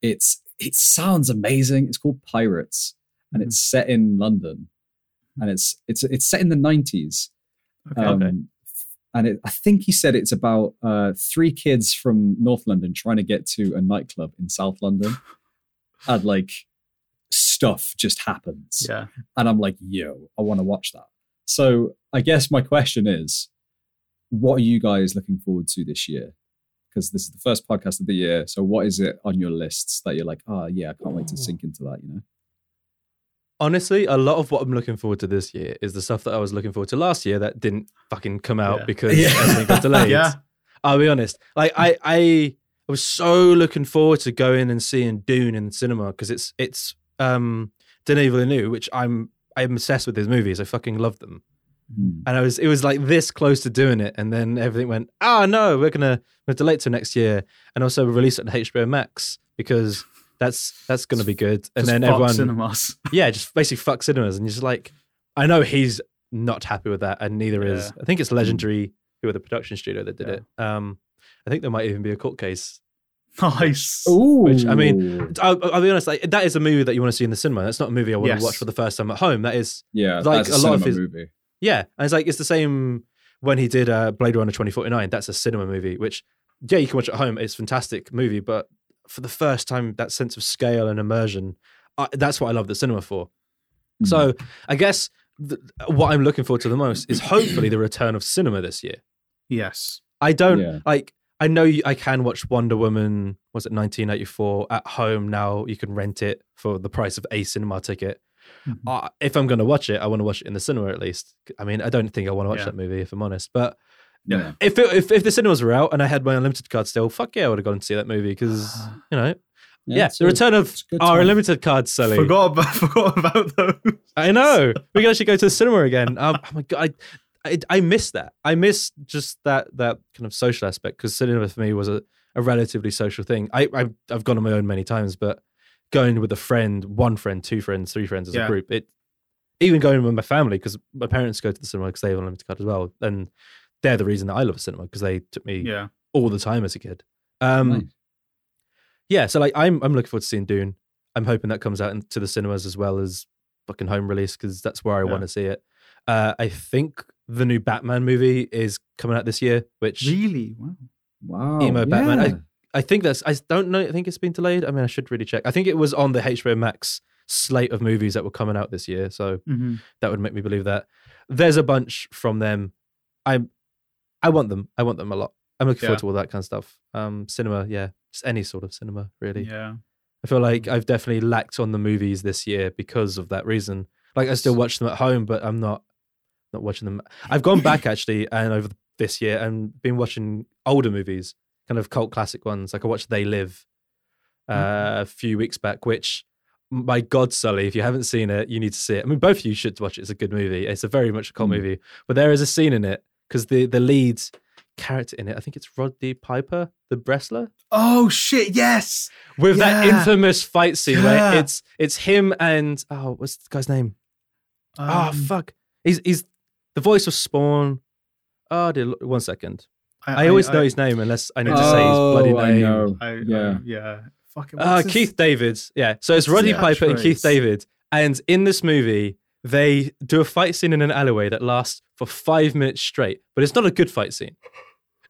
C: it's it sounds amazing it's called pirates and it's
A: Mm-hmm.
C: set in london and it's it's it's set in the 90s
A: Okay.
B: Um,
C: and it, I think he said it's about uh, three kids from North London trying to get to a nightclub in South
B: *laughs*
C: London. and like stuff just happens.
A: yeah.
C: And I'm like, yo, I want to watch that. So I guess my question is what are you guys looking forward to this year? Because this is the first podcast of the year. So what is it on your lists that you're like, oh, yeah, I can't wait to sink into that, you know?
B: Honestly, a lot of what I'm looking forward to this year is the stuff that I was looking forward to last year that didn't fucking come out
A: Yeah.
B: because
C: Yeah.
B: everything got
A: *laughs*
B: delayed.
A: Yeah.
B: I'll be honest. Like I, I, I was so looking forward to going and seeing Dune in the cinema because it's it's um Denis Villeneuve, which I'm I'm obsessed with his movies. I fucking love them, and I was it was like this close to doing it, and then everything went. Ah no, we're gonna we're delay it to next year, and also release it on HBO Max because that's that's gonna be good.
A: Just
B: And then
A: Fox
B: everyone,
A: cinemas. *laughs*
B: yeah, just basically fuck cinemas, and you're just like, I know he's not happy with that, and neither is I think it's Legendary, who are the production studio that did
A: Yeah.
B: it. Um, I think there might even be a court case.
A: Nice.
C: Ooh.
B: Which, I
C: Hmm.
B: mean, I'll, I'll be honest, like that is a movie that you want to see in the cinema. That's not a movie I want
A: Yes.
B: to watch for the first time at home. That is,
C: yeah,
B: like,
C: that's
B: a lot of
C: cinema
B: his-
C: movie.
B: yeah, and it's like it's the same when he did uh, Blade Runner twenty forty nine. That's a cinema movie, which yeah, you can watch at home. It's a fantastic movie, but for the first time, that sense of scale and immersion, I, that's what I love the cinema for.
C: Mm.
B: So I guess th- what I'm looking forward to the most is hopefully the return of cinema this year.
A: Yes.
B: I don't
C: Yeah.
B: like. I know you, I can watch Wonder Woman. Was it 1984 at home now? You can rent it for the price of a cinema ticket.
A: Mhm.
C: Mm-hmm.
B: Uh, if I'm going to watch it, I want to watch it in the cinema at least. I mean, I don't think I want to watch
A: Yeah.
B: that movie if I'm honest. But
C: Hmm.
A: Yeah.
B: if, it, if if the cinemas were out and I had my unlimited card still, fuck yeah, I would have gone and see that movie
C: *sighs*
B: because you know, yeah,
C: it's
B: the
C: a-
B: return of
C: it's a good
B: our
C: time.
B: unlimited card selling.
A: Forgot about, *laughs* forgot about those.
B: I know. We can actually go to the cinema again. Um, oh my god, I, I I miss that. I miss just that that kind of social aspect because cinema for me was a, a relatively social thing. I I've, I've gone on my own many times, but going with a friend, one friend, two friends, three friends as
A: Yeah.
B: a group, it even going with my family because my parents go to the cinema because they have a limited card as well, and they're the reason that I love cinema because they took me
A: Yeah.
B: all the time as a kid. Um,
C: Nice.
B: yeah, so like I'm I'm looking forward to seeing Dune. I'm hoping that comes out into the cinemas as well as fucking home release because that's where I
A: Yeah.
B: want to see it. Uh, I think the new Batman movie is coming out this year, which
A: Really? Wow.
C: Wow.
B: Emo Batman. I-
C: yeah.
B: I think that's I don't know. I think it's been delayed. I mean, I should really check. I think it was on the HBO Max slate of movies that were coming out this year. So
A: Mhm.
B: that would make me believe that. There's a bunch from them. I'm, I want them. I want them a lot. I'm looking
A: Yeah.
B: forward to all that kind of stuff. Um, cinema, yeah, just any sort of cinema, really.
A: Yeah.
B: I feel like I've definitely lacked on the movies this year because of that reason. Like I still watch them at home, but I'm not not watching them. I've gone back actually, and over this year, and been watching older movies, kind of cult classic ones. Like I watched They Live uh, a few weeks back, which my God, Sully, if you haven't seen it, you need to see it. I mean, both of you should watch it. It's a good movie. It's a very much a cult
C: Mm.
B: movie, but there is a scene in it because the the lead character in it, I think it's Rodney Piper, the wrestler
A: Oh shit! Yes.
B: with that
A: Yeah.
B: infamous fight scene where
A: Yeah.
B: it's it's him and oh what's the guy's name Ah
A: Um,
B: fuck he's he's the voice of Spawn oh dear, lo- one second I, always know his name unless I need to say his bloody
C: Oh, I
B: name
C: know.
A: I, yeah.
C: Yeah.
A: yeah. Fucking.
B: Ah, Keith David yeah so it's Roddy
A: Yeah,
B: Piper and Keith
A: catchphrase.
B: David and in this movie they do a fight scene in an alleyway that lasts for five minutes straight but it's not a good fight scene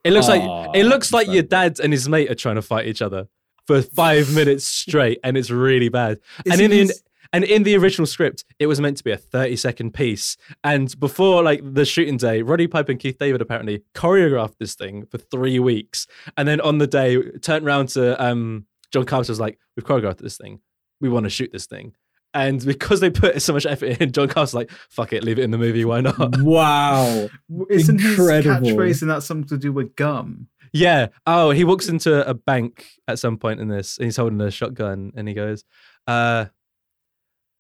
B: it looks like
C: Aw,
B: It looks like your
C: incredible.
B: dad and his mate are trying to fight each other for five minutes straight, and it's really bad. and in, in and in the original script, it was meant to be a thirty second piece. And before like the shooting day, Roddy Pipe and Keith David apparently choreographed this thing for three weeks, and then on the day, turned round to um, John Carpenter was like, "We've choreographed this thing. We want to shoot this thing." And because they put so much effort in, John Carpenter's like, "Fuck it, leave it in the movie. Why not?"
C: Wow.
A: Isn't
C: Incredible.
A: his catchphrase in that something to do with gum?
B: Yeah. Oh, he walks into a bank at some point in this, and he's holding a shotgun, and he goes, uh,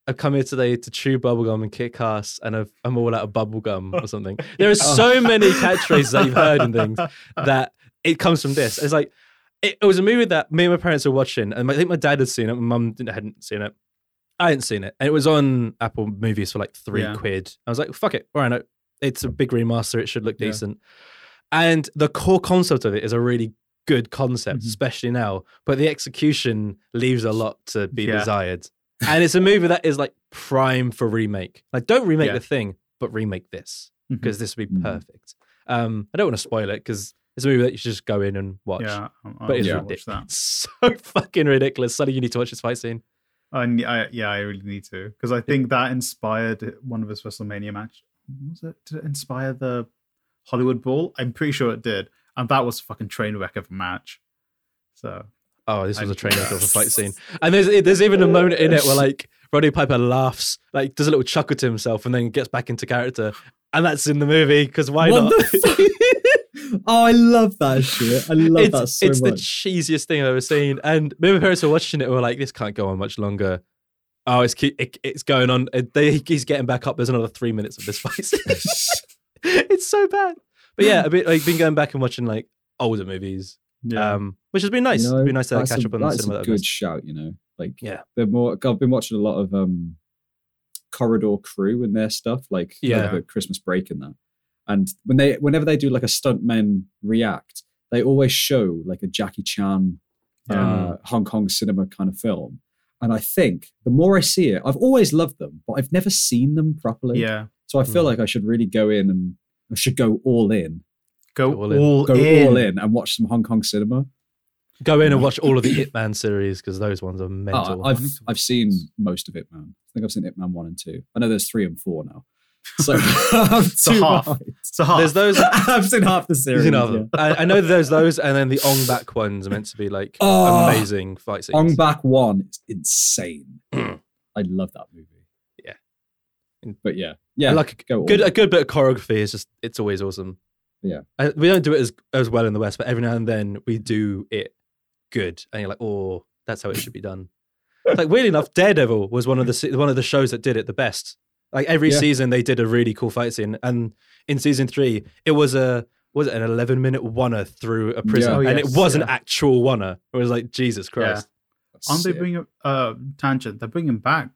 B: "I've come here today to chew bubblegum and kick ass, and I've, I'm all out of bubblegum or something." There are so many
A: Oh.
B: catchphrases that you've heard
A: *laughs*
B: and things *laughs* that it comes from this. It's like it, it was a movie that me and my parents were watching, and I think my dad had seen it, my mum didn't- hadn't seen it. I hadn't seen it, and it was on Apple Movies for like three
A: Yeah.
B: quid. I was like, "Fuck it, all right, no, it's a big remaster. It should look
A: Yeah.
B: decent." And the core concept of it is a really good concept,
A: Mhm.
B: especially now. But the execution leaves a lot to be
A: Yeah.
B: desired. And it's a movie that is like prime for remake. Like, don't remake
A: Yeah. Mm-hmm.
B: the thing, but remake this because this would be
C: Mhm.
B: perfect. Um, I don't want to spoil it because it's a movie that you should just go in and watch.
A: Yeah, I, I
B: But it's
A: will watch
B: ridiculous.
A: that.
B: *laughs* so fucking ridiculous. Suddenly, you need to watch this fight scene.
A: I, ne- I, yeah, I really need to because I think that inspired one of his WrestleMania match. Was it? Did it inspire the Hollywood Bowl? I'm pretty sure it did, and that was a fucking train wreck of a match. So
B: Oh, this was
A: I- *laughs*
B: a train wreck of a fight scene. And there's there's even a moment in it where like Roddy Piper laughs, like does a little chuckle to himself, and then gets back into character. And that's in the movie because *laughs* why
C: What
B: not?
C: the fuck? *laughs* oh, I love that shit. I love that
B: it's
C: so
B: it's the
C: much.
B: cheesiest thing I've ever seen. And me and my parents were watching it. and We're like, this can't go on much longer. Oh, it's keep, it, it's going on. Uh, They, he's getting back up. There's another three minutes of this
C: *laughs*
B: fight. *laughs* it's so bad. But yeah, I've been, like, been going back and watching like older movies,
A: yeah,
B: um, which has been nice.
C: You know,
B: It'd be nice to
C: that's
B: catch
C: a-
B: up on the
C: that's
B: cinema.
C: A
B: that I've
C: good
B: missed.
C: shout, you know. Like
B: Yeah.
C: they're more. I've been watching a lot of um, Corridor Crew and their stuff, like
B: Yeah.
C: over Christmas break and that. And when they, whenever they do like a stuntman react, they always show like a Jackie Chan
B: Um,
A: yeah.
C: uh, Hong Kong cinema kind of film. And I think the more I see it, I've always loved them, but I've never seen them properly.
A: yeah.
C: So I feel
B: Hmm.
C: like I should really go in and I should go all in,
A: Go,
B: Go all
A: all,
B: in.
C: go
A: in.
C: all in and watch some Hong Kong cinema.
B: Go in and watch all of the Ip Man series because those ones are mental.
C: Oh, I've
A: I need to
C: I've
A: watch
C: seen
A: this.
C: most of Ip Man. I think I've seen Ip Man one and two. I know there's three and
B: *laughs*
C: four now. So *laughs* I'm
A: So
C: too
A: half.
C: behind.
A: So half.
B: There's those.
C: *laughs* I've seen half the series.
B: You know
C: yeah.
B: them. I, I know there's those, and then the Ong Bak ones are meant to be like
C: Oh,
B: amazing fight scenes.
C: Ong Bak One is insane. I
A: Mm.
C: love that movie.
B: Yeah.
C: but yeah, yeah.
B: I like a
C: go all
B: good
C: in.
B: a good bit of choreography is just it's always awesome.
C: Yeah.
B: I, we don't do it as as well in the West, but every now and then we do it good, and you're like, oh, that's how it should be
C: *laughs*
B: done. like weirdly enough, Daredevil was one of the se- one of the shows that did it the best. Like every
C: Yeah.
B: season, they did a really cool fight scene, and in season three, it was a was it an eleven minute oneer through a prison,
C: Yeah.
A: Oh,
B: and it
A: yes,
B: was an
A: yeah.
B: actual oneer. It was like Jesus Christ.
C: That's
A: Aren't they
C: sick.
A: bringing uh, tangent? They're bringing back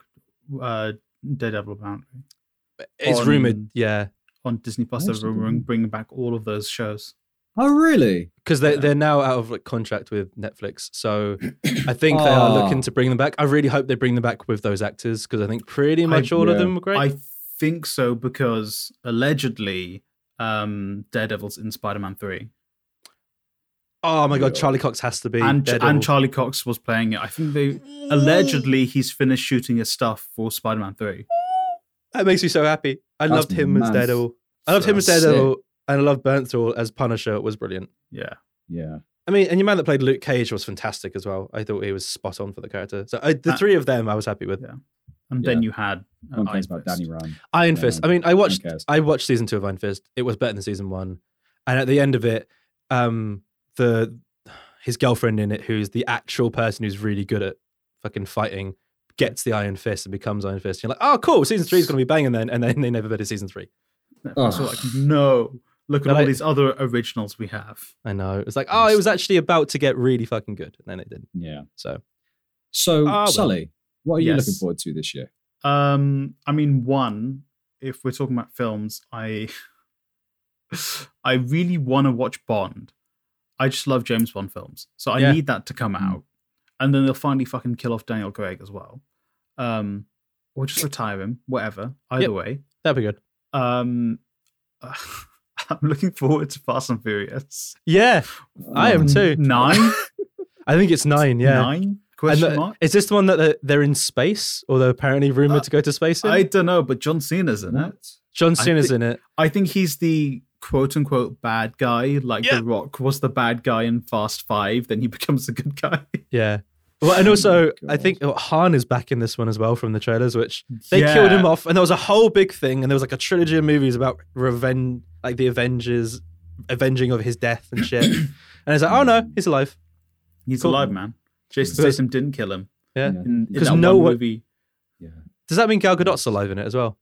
A: uh, Daredevil apparently
B: It's
A: On-
B: rumored, yeah,
A: on Disney Plus.
C: Oh,
A: They're
C: something.
A: bringing bringing back all of those shows.
C: Oh really?
B: because they
A: Yeah.
B: they're now out of like contract with Netflix,
A: *clears throat*
B: so I think they are
C: Ah.
B: looking to bring them back. I really hope they bring them back with those actors because I think pretty much all of
C: yeah.
B: them were great.
A: I think so because allegedly um, Daredevil's in Spider Man Three.
B: Oh my god, Charlie Cox has to be.
A: and
B: Daredevil.
A: and Charlie Cox was playing it. I think they allegedly he's finished shooting his stuff for Spider-Man Three.
B: that makes me so happy. I
C: That's
B: loved him as
C: mad.
B: Daredevil. I loved him as
C: So sick.
B: Daredevil, and I loved Bernthal as Punisher. It was brilliant.
A: Yeah,
C: Yeah.
B: I mean, and your man that played Luke Cage was fantastic as well. I thought he was spot on for the character. So I, the
A: Uh,
B: three of them, I was happy with.
A: yeah. and then
C: Yeah.
A: you had uh,
C: No one cares
A: Iron
C: about
A: Fist.
C: Danny Rand.
B: Iron
C: Yeah,
B: Fist. I mean, I watched
C: cares?
B: I watched season two of Iron Fist. It was better than season one. And at the end of it, um, the his girlfriend in it, who's the actual person who's really good at fucking fighting, gets the Iron Fist and becomes Iron Fist. You're like, oh, cool. Season three is going to be banging then. And then they never vetted season three.
A: Yeah,
C: Ugh.
A: so like, no, look at
B: But
A: all
B: I-
A: these other originals we have.
B: I know. It's like, oh, it was actually about to get really fucking good. And then it didn't.
C: Yeah.
B: So
C: So,
B: Ah, well.
C: Sully, what are you
A: Yes.
C: looking forward to this year?
A: Um, I mean, one, if we're talking about films, I *laughs* I really want to watch Bond. I just love James Bond films, so I
B: Yeah.
A: need that to come
C: Mm.
A: out, and then they'll finally fucking kill off Daniel Craig as well, um, or just retire him, whatever. Either
B: Yep.
A: way,
B: that'd be good.
A: um, *laughs* I'm looking forward to Fast and Furious.
B: Yeah. I am
C: Um,
B: too.
A: Nine,
B: I think it's *laughs* nine. Yeah.
A: nine
B: And
A: question
B: the-
A: mark.
B: is this the one that they're, they're in space or they're apparently rumored
A: Uh,
B: to go to space in?
A: I don't know, but John Cena's in it.
C: what?
B: John
A: I
B: Cena's
A: thi-
B: in it.
A: I think he's the quote unquote bad guy, like
B: Yeah.
A: The Rock was the bad guy in Fast Five, then he *laughs* becomes the good guy.
B: Yeah. Well, and
C: Oh my
B: also, I
C: God.
B: think oh, Han is back in this one as well from the trailers, which they killed him off. And there was a whole big thing, and there was like a trilogy of movies about revenge, like the Avengers, avenging of his death and
A: *coughs*
B: shit. and it's like, oh no, he's alive.
A: He's
B: Cool.
A: alive, man. Jason
B: Because-
A: Statham didn't kill him.
B: Yeah.
C: Yeah.
A: In, in
B: Because
A: that
B: no
A: one
B: one-
A: movie,
C: Yeah.
B: Does that mean Gal Gadot's alive in it as well?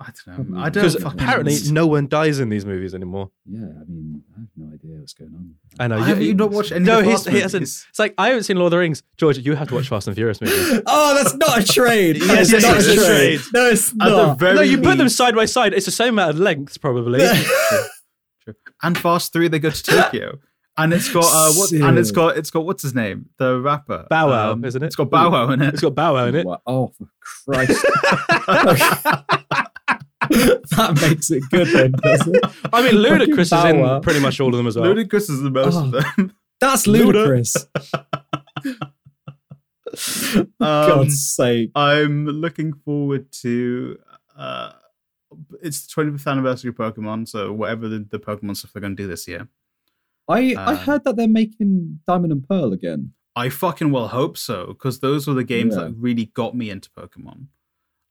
A: I don't know.
C: Probably.
A: I don't
B: Because
A: fucking
B: apparently no one dies in these movies anymore.
C: Yeah. I mean, I have no idea what's going on.
B: I know.
A: I have you not watched any
B: No,
A: of the
B: he's-
A: Fast
B: he hasn't.
A: movies?
B: It's like I haven't seen Lord of the Rings. George, you have to watch Fast and
A: *laughs*
B: Furious movies.
C: oh, that's not a *laughs* trade.
B: Yes,
C: That's
A: yes,
C: not
A: it
C: a
A: is.
C: trade. No, it's
A: At the
C: not. *laughs*
A: very
B: no, you put them
A: least-
B: side by side. It's the same amount of
A: *laughs*
B: length, probably.
A: and Fast Three, they go to Tokyo. And it's got uh, what? And it's
C: Sick.
A: got it's got what's his name, the rapper Um,
B: Bow Wow, isn't it?
A: It's got Bow Wow in it.
B: *laughs* it's got Bow Wow in it.
C: Wow. Oh, for Christ.
A: *laughs*
C: *laughs* that makes it good then, does it?
B: I
A: *laughs*
B: mean,
C: Fucking
B: Ludacris is
C: Bow
B: in
C: Wow.
B: pretty much all of them as well.
A: Ludacris is the most of
C: Oh,
B: *laughs*
A: them.
C: That's
B: Luda.
C: ludicrous.
A: Um,
C: God's sake.
A: I'm looking forward to. Uh, it's the 25th anniversary of Pokemon, so whatever the, the Pokemon stuff they're going to do this year,
C: I, I
A: um,
C: heard that they're making Diamond and Pearl again.
A: I fucking well hope so because those were the games
C: Yeah. Mm,
A: that really got me into Pokemon.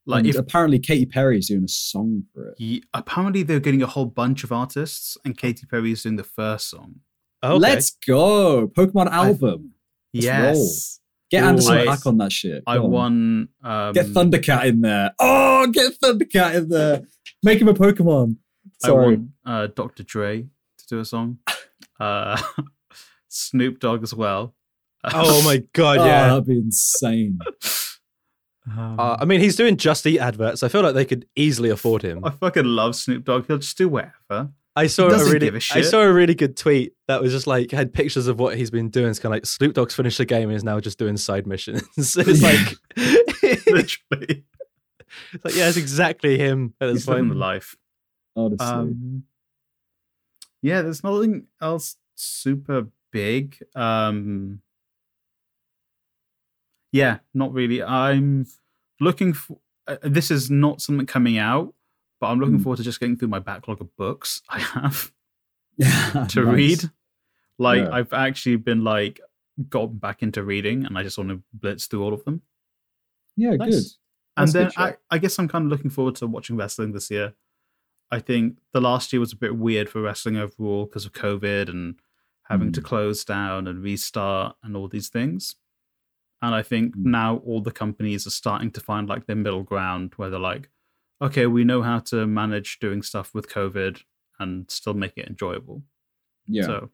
A: Like
C: and
A: if
C: apparently Katy Perry's doing a song for it.
A: ye- apparently they're getting a whole bunch of artists, and Katy Perry is doing the first song.
B: Oh, Okay.
C: Let's go. Pokemon
A: I-
C: album. Let's
A: yes,
C: Get
B: Ooh,
C: Anderson
A: I-
C: back on that shit.
A: I
C: Go on.
A: won. Um,
C: Get Thundercat in there. Oh, get Thundercat in there. Make him a Pokemon.
A: I
C: Sorry.
A: want uh, Dr. Dre to do a song. Uh, *laughs* Snoop Dogg as well. *laughs*
B: Oh my god,
A: uh,
C: Oh,
B: yeah.
C: that'd be insane.
A: Um,
B: Uh, I mean, he's doing Just Eat adverts. I feel like they could easily afford him.
A: I fucking love Snoop Dogg. He'll just do
C: *laughs*
A: whatever.
B: I saw a
A: doesn't
B: really,
A: give a
B: I
A: shit.
B: saw a really good tweet that was just like had pictures of what he's been doing. It's kind of like Snoop Dogg's finished the game and is now just doing side missions. *laughs* it's like, *laughs* it's
A: Literally,
B: like, yeah, it's exactly him at this
A: he's living the
B: point.
A: life.
C: Honestly. *laughs*
A: Um, yeah, there's nothing else super big. Um, yeah, not really. I'm looking for. Uh, this is not something coming out, but I'm looking
C: Hmm.
A: forward to just getting through my backlog of books *laughs* I have to
C: Nice.
A: read. Like
C: Yeah.
A: I've actually been like gotten back into reading, and I just want to blitz through all of them.
C: Yeah,
B: Nice.
C: good.
A: and
C: That's good
A: then I,
C: shit.
A: I guess I'm kind of looking forward to watching wrestling this year. I think the last year was a bit weird for wrestling overall because of COVID and having to close down and restart and all these things. And I think
C: Mm.
A: now all the companies are starting to find like their middle ground where they're like, okay, we know how to manage doing stuff with COVID and still make it enjoyable.
C: Yeah.
A: So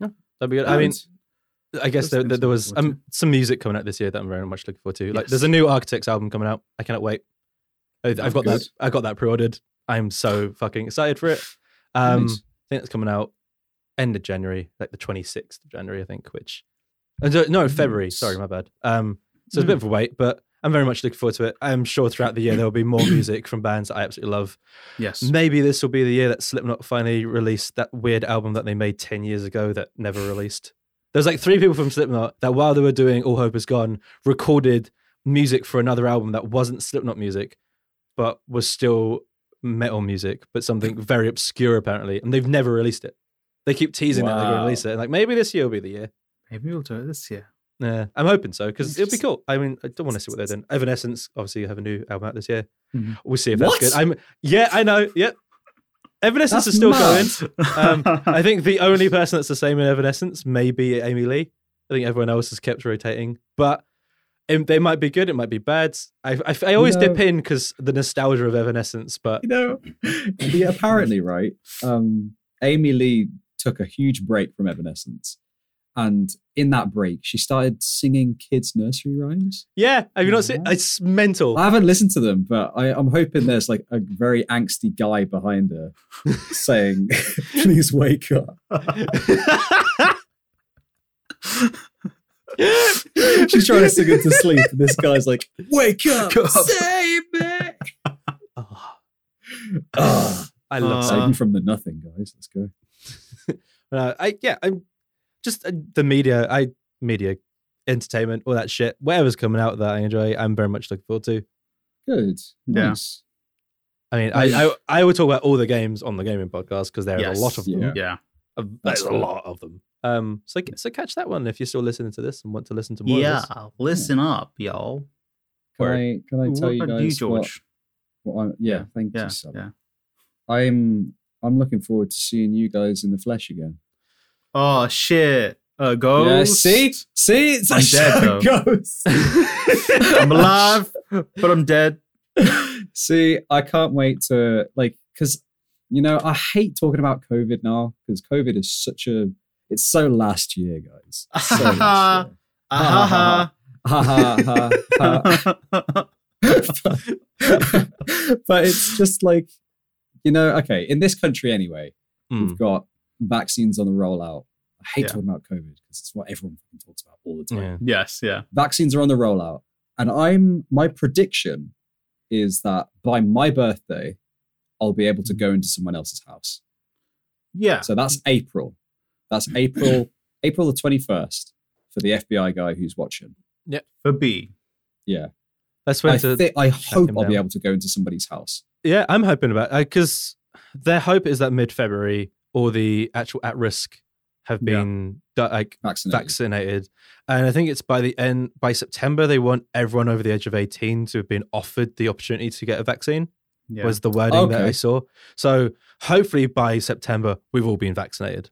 B: That'd be good. I mean, I guess
A: Those things
B: there, there,
A: I'm
B: there
A: looking
B: was
A: forward
B: um, some music coming out this year that I'm very much looking forward to. Like,
A: Yes.
B: there's a new Architects album coming out. I cannot wait. I- I've
C: That's
B: got that.
C: good.
B: I got that pre-ordered. I'm so fucking excited for it. Um,
C: Nice.
B: I think it's coming out end of January, like the 26th of January, I think. Which, uh, no, no, February. Sorry, my bad. Um, so it's a bit of a wait, but I'm very much looking forward to it. I'm sure throughout the year there will be more music from bands that I absolutely love.
A: Yes.
B: Maybe this will be the year that Slipknot finally released that weird album that they made 10 years ago that never released. There's like three people from Slipknot that while they were doing All Hope Is Gone recorded music for another album that wasn't Slipknot music but was still metal music, but something very obscure apparently, and they've never released it. They keep teasing that they're going to
C: Wow.
B: release it. and, like maybe this year will be the year.
A: Maybe we'll do it this year.
B: Yeah, I'm hoping so because it'll be cool. I mean, I don't want to see what they're doing. Evanescence obviously have a new album out this year.
A: Mhm.
B: We'll see if
C: Mm-hmm. What?
B: that's good. I'm yeah, I know. Yep, Evanescence
C: That's
B: is still
C: mad.
B: going.
A: *laughs*
B: Um, I think the only person that's the same in Evanescence may be Amy Lee. I think everyone else has kept rotating, but it, they might be good. It might be bad. I, I, I always
C: No.
B: dip in because the nostalgia of Evanescence, but
C: You know, yeah, apparently, right? Um, Amy Lee took a huge break from Evanescence. And in that break, she started singing kids' nursery rhymes.
B: yeah, have you not seen?
C: Yeah.
B: It's mental.
C: I haven't listened to them, but I, I'm hoping there's like a very angsty guy behind her saying, *laughs* please wake up. *laughs* She's trying to sing it to sleep. And this guy's like, wake up,
A: Wake up."
C: save me.
B: *laughs* Oh,
C: Ah,
B: I love
A: Uh,
B: that.
C: save you from the nothing, guys. Let's go.
B: Uh, I yeah, I'm just uh, the media. I media, entertainment, all that shit. Whatever's coming out that I enjoy, I'm very much looking forward to.
C: Good.
A: Yeah.
C: Nice.
B: I mean, I I,
C: Nice.
B: I would talk about all the games on the gaming podcast because there are
A: Yes,
B: a lot of them.
C: yeah.
A: yeah.
B: Uh,
C: That's
B: There's a
C: fair.
B: lot of them. Um, so so catch that one if you're still listening to this and want to listen to more. of
A: Yeah.
B: this.
A: Listen up, y'all.
C: Can
B: Word.
C: I, can I tell
A: what
C: you
A: about
C: guys
A: you, George?
C: what, what I'm, yeah, thank
A: Yeah.
C: you, Sam.
A: Yeah.
C: I'm I'm looking forward to seeing you guys in the flesh again.
A: Oh shit. A ghost.
C: Yeah, see, see, it's
A: I'm
C: a
A: dead,
C: show ghost.
A: *laughs* I'm
C: *laughs*
A: alive, but I'm dead.
C: see, I can't wait to like because you know I hate talking about COVID now because COVID is such a it's so last year, guys. It's So last year.
A: Ah,
C: Ha, ha, ha, ha.
A: ha, ha.
C: *laughs* but it's just like you know, okay, in this country anyway,
B: Mm.
C: *laughs* we've got vaccines on the rollout. I hate
A: Yeah.
C: talking about COVID because it's what everyone fucking talks about all the time.
B: Yeah.
A: *laughs* yes, yeah.
C: vaccines are on the rollout and i'm my prediction is that by my birthday i'll be able to go into someone else's house
A: Yeah.
C: so that's april
A: *clears throat*
C: that's april april the 21st for the fbi guy who's watching
A: For B.
B: That's when
C: I,
B: to,
C: thi- I hope
B: him
C: i'll be
B: down.
C: able to go into somebody's house
B: yeah, I'm hoping about because their hope is that mid February all the actual at risk have
A: Yeah.
B: been di- like
C: vaccinated
B: vaccinated, and I think it's by the end by September they want everyone over the age of 18 to have been offered the opportunity to get a vaccine.
A: Yeah.
B: Was the wording that I
C: Okay.
B: saw. So hopefully by September we've all been vaccinated.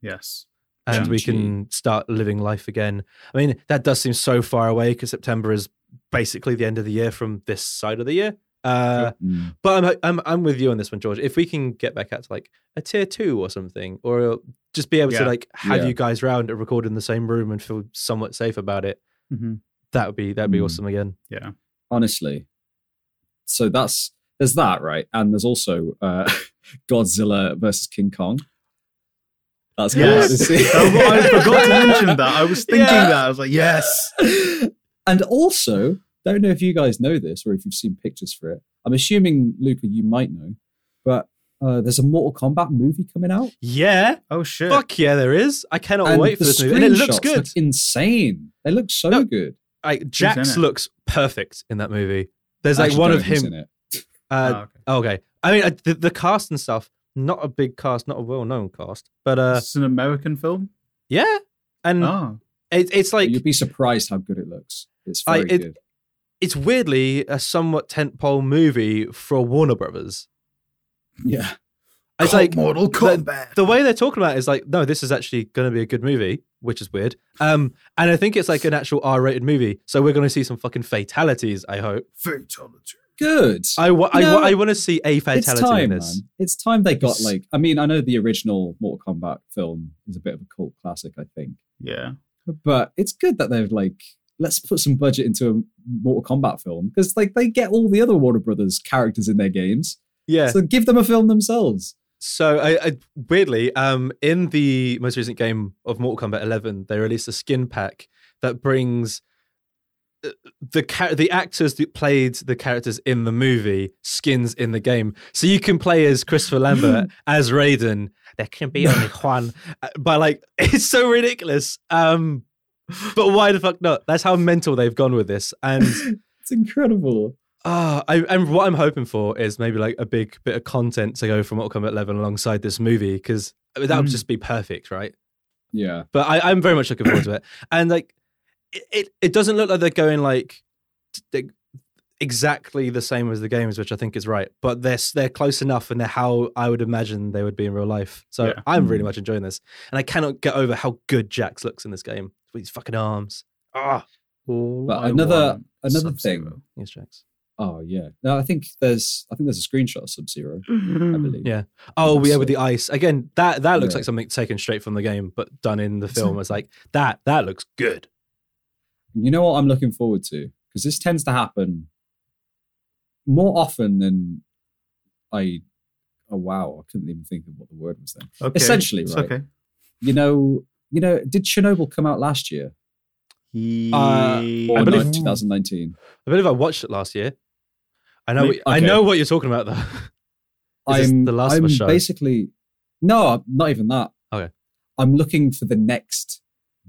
A: yes.
B: and we
C: Gee.
B: can start living life again. I mean, that does seem so far away because September is basically the end of the year from this side of the year. Uh,
C: Mm.
B: but I'm, I'm I'm with you on this one, George. If we can get back out to like a tier two or something, or just be able to
A: Yeah.
B: like have
C: Yeah.
B: you guys round and record in the same room and feel somewhat safe about it,
A: Mhm.
B: that would be that'd be
C: Mm.
B: awesome again.
A: Yeah.
C: honestly so that's there's that right and there's also uh, *laughs* godzilla versus king kong that's coming out
A: Yes.
C: this
A: Oh, well, I
C: year.
A: forgot to
C: *laughs*
A: mention that. I was thinking
C: Yeah.
A: that. I was like, yes.
C: and also, don't know if you guys know this or if you've seen pictures for it. I'm assuming, Luca, you might know, but uh, there's a Mortal Kombat movie coming out.
B: Yeah,
A: Oh shit.
B: fuck yeah, there is. I cannot
C: and
B: wait for
C: the
B: this movie, and it looks
C: screenshots
B: good.
C: Look insane. They look so
B: No,
C: good.
B: Like Jax
A: in it?
B: looks perfect in that movie. There's like
C: Actually,
B: one
C: don't
B: of
C: know who's
B: him.
C: in it.
B: Uh,
A: Oh, okay.
B: Okay. I mean, uh, the, the cast and stuff, not a big cast, not a well known cast, but uh, Mm.
A: it's an American film.
B: yeah. And
A: Oh.
B: it, it's like,
C: You'd be surprised how good it looks. It's
B: I-
C: very
B: it-
C: good.
B: it's weirdly a somewhat tentpole movie for Warner Brothers.
C: Yeah.
B: It's like
A: Mortal Kombat.
B: the way they're talking about it is like, no, this is actually going to be a good movie, which is weird. Um, and I think it's like an actual R rated movie. So we're going to see some fucking fatalities, I hope.
A: fatality.
C: Good.
B: I, wa- I,
C: No,
B: wa- I want to see a fatality
C: it's time,
B: in
C: man.
B: this.
C: It's time they got
B: It's-
C: like. I mean, I know the original Mortal Kombat film is a bit of a cult classic, I think,
A: Yeah.
C: but it's good that they've like let's put some budget into a Mortal Kombat film because like they get all the other Warner Brothers characters in their games,
B: Yeah.
C: so give them a film themselves.
B: So I, I weirdly, um, in the most recent game of Mortal Kombat 11, they released a skin pack that brings uh, the char- the actors that played the characters in the movie skins in the game, so you can play as Christopher *laughs* Lambert as Raiden. There can be *laughs* only one, Uh, but like *laughs* it's so ridiculous. Um, but why the fuck not? That's how mental they've gone with this, and
C: it's incredible.
B: Ah, I, and what I'm hoping for is maybe like a big bit of content to go from Mortal Kombat 11 alongside this movie because that would
A: Mm.
B: just be perfect, right?
C: Yeah.
B: But I, I'm very much looking forward to it. And like, it, it, it doesn't look like they're going like, t- like, exactly the same as the games, which I think is right. But they're s- they're close enough, and they're how I would imagine they would be in real life. So
A: Yeah.
B: I'm really
C: Mm.
B: much enjoying this, and I cannot get over how good Jax looks in this game with his fucking arms. Ah,
C: But another- Another thing.
B: yes, Jax.
C: Oh yeah. No, I think there's I think there's a screenshot of Sub Zero. I believe.
B: Hmm, Yeah. Oh yeah, with
C: So-
B: the ice again. That that looks
C: Yeah.
B: like something taken straight from the game, but done in the film.
C: Exactly.
B: It's like that. That looks good.
C: You know what I'm looking forward to because this tends to happen more often than I. Oh wow, I couldn't even think of what the word was then.
A: Okay.
C: Essentially,
A: It's
C: right.
A: okay.
C: You know, you know, did Chernobyl come out last year or
B: Uh, I
C: I
B: believe-
C: 2019?
B: I believe I watched it last year. I know.
C: Maybe-
B: I
C: okay.
B: know what you're talking about though. *laughs* Is this
C: I'm
B: The Last
C: I'm
B: of Us show.
C: basically no, not even that.
B: Okay.
C: I'm looking for the next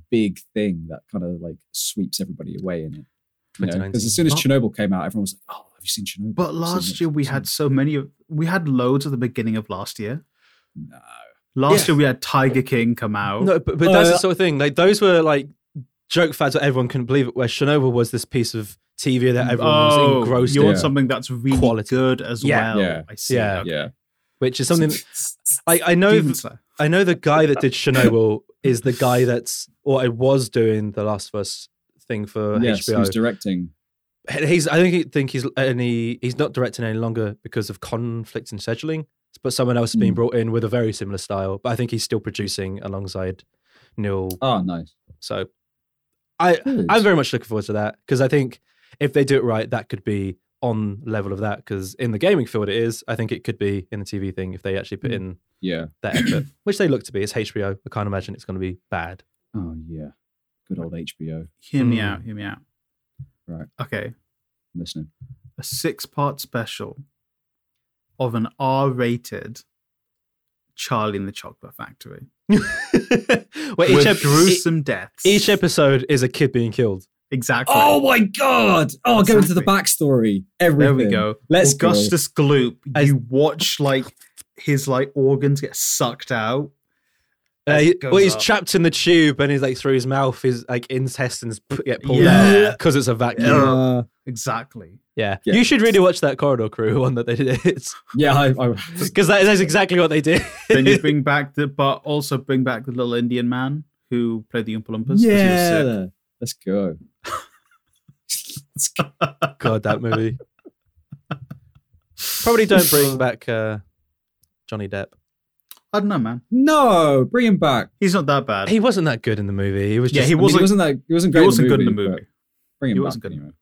C: big thing that kind of like sweeps everybody away in it. Because
B: 2019.
C: as soon as
A: Oh.
C: Chernobyl came out, everyone was like, "Oh, have you seen Chernobyl?"
A: But
C: Have you seen
A: last
C: it?
A: year we
C: Have you
A: had
C: seen
A: so many of we had loads at the beginning of last year.
C: it?" no.
A: Last
B: Yeah.
A: year we had Tiger King come out.
B: No, but, but
C: Oh,
B: that's
C: yeah.
B: the sort of thing. Like those were like joke fads that everyone couldn't believe it. Where Chernobyl was this piece of TV
C: Mm,
B: that everyone
C: oh,
B: was engrossed
A: you want
B: in,
C: Yeah.
A: Oh, something that's really
B: Quality.
A: good as
B: Yeah.
A: well.
C: Yeah.
A: I see.
B: Yeah.
A: Okay. *laughs*
C: Yeah.
B: which is something. I I know.
A: Demon
B: th-
A: Slayer.
B: I know the guy that did Chernobyl is the guy that's or I was doing the Last of Us thing for
C: oh, yes,
B: HBO.
C: who's directing?
B: he's I think he- think he's any he's not directing any longer because of conflict and scheduling, but someone else has been
C: Mm.
B: brought in with a very similar style. But I think he's still producing alongside Neil.
C: Oh, nice.
B: So I
C: Good.
B: I'm very much looking forward to that because I think if they do it right, that could be on level of that because in the gaming field it is. I think it could be in the TV thing if they actually put
A: Mm.
B: in
C: yeah.
B: that effort, which they look to be. It's HBO. I can't imagine it's going to be bad.
C: Oh yeah. Good old HBO.
A: Hear me
B: Mm.
A: out. Hear me out.
C: Right.
A: Okay.
C: I'm listening.
A: A six-part special of an R-rated Charlie in the Chocolate Factory
B: Where
A: with
B: each, ep- e-,
A: gruesome deaths.
B: each episode is a kid being killed.
A: exactly.
C: Oh my god! Oh, go into the
A: Exactly.
C: backstory. Everything.
A: there we go.
C: Let's go.
A: Augustus Gloop.
B: As-
A: You watch like his like organs get sucked out.
B: Uh,
A: as
B: he-
A: it
B: well,
A: goes
B: he's
A: up.
B: trapped in the tube, and he's like through his mouth, his like intestines p- get pulled
A: Yeah.
B: out because it's a vacuum. Yeah.
A: Yeah.
C: Uh,
A: Exactly.
C: Yeah.
B: you should really watch that Corridor Crew *laughs* one that they did
A: *laughs*
B: because
C: yeah, I, I,
B: that, that's exactly what they did.
A: then you *laughs* bring back the, but also bring back the little Indian man who played the Oompa Loompas. 'cause he was sick.
C: yeah. Let's go.
B: *laughs*
A: *laughs*
B: God, that movie. Probably
A: *laughs*
B: don't bring back uh, Johnny Depp.
A: I don't know, man.
C: No, bring him back.
A: He's not that bad.
B: He wasn't that good in the movie. He was
A: yeah,
B: just.
A: he
C: I mean,
A: wasn't.
C: he wasn't that. He wasn't
A: he
C: great.
A: wasn't good in the
C: but
A: movie.
C: Bring him
A: He hmm,
C: back
A: wasn't good in the
C: anyway.
B: he-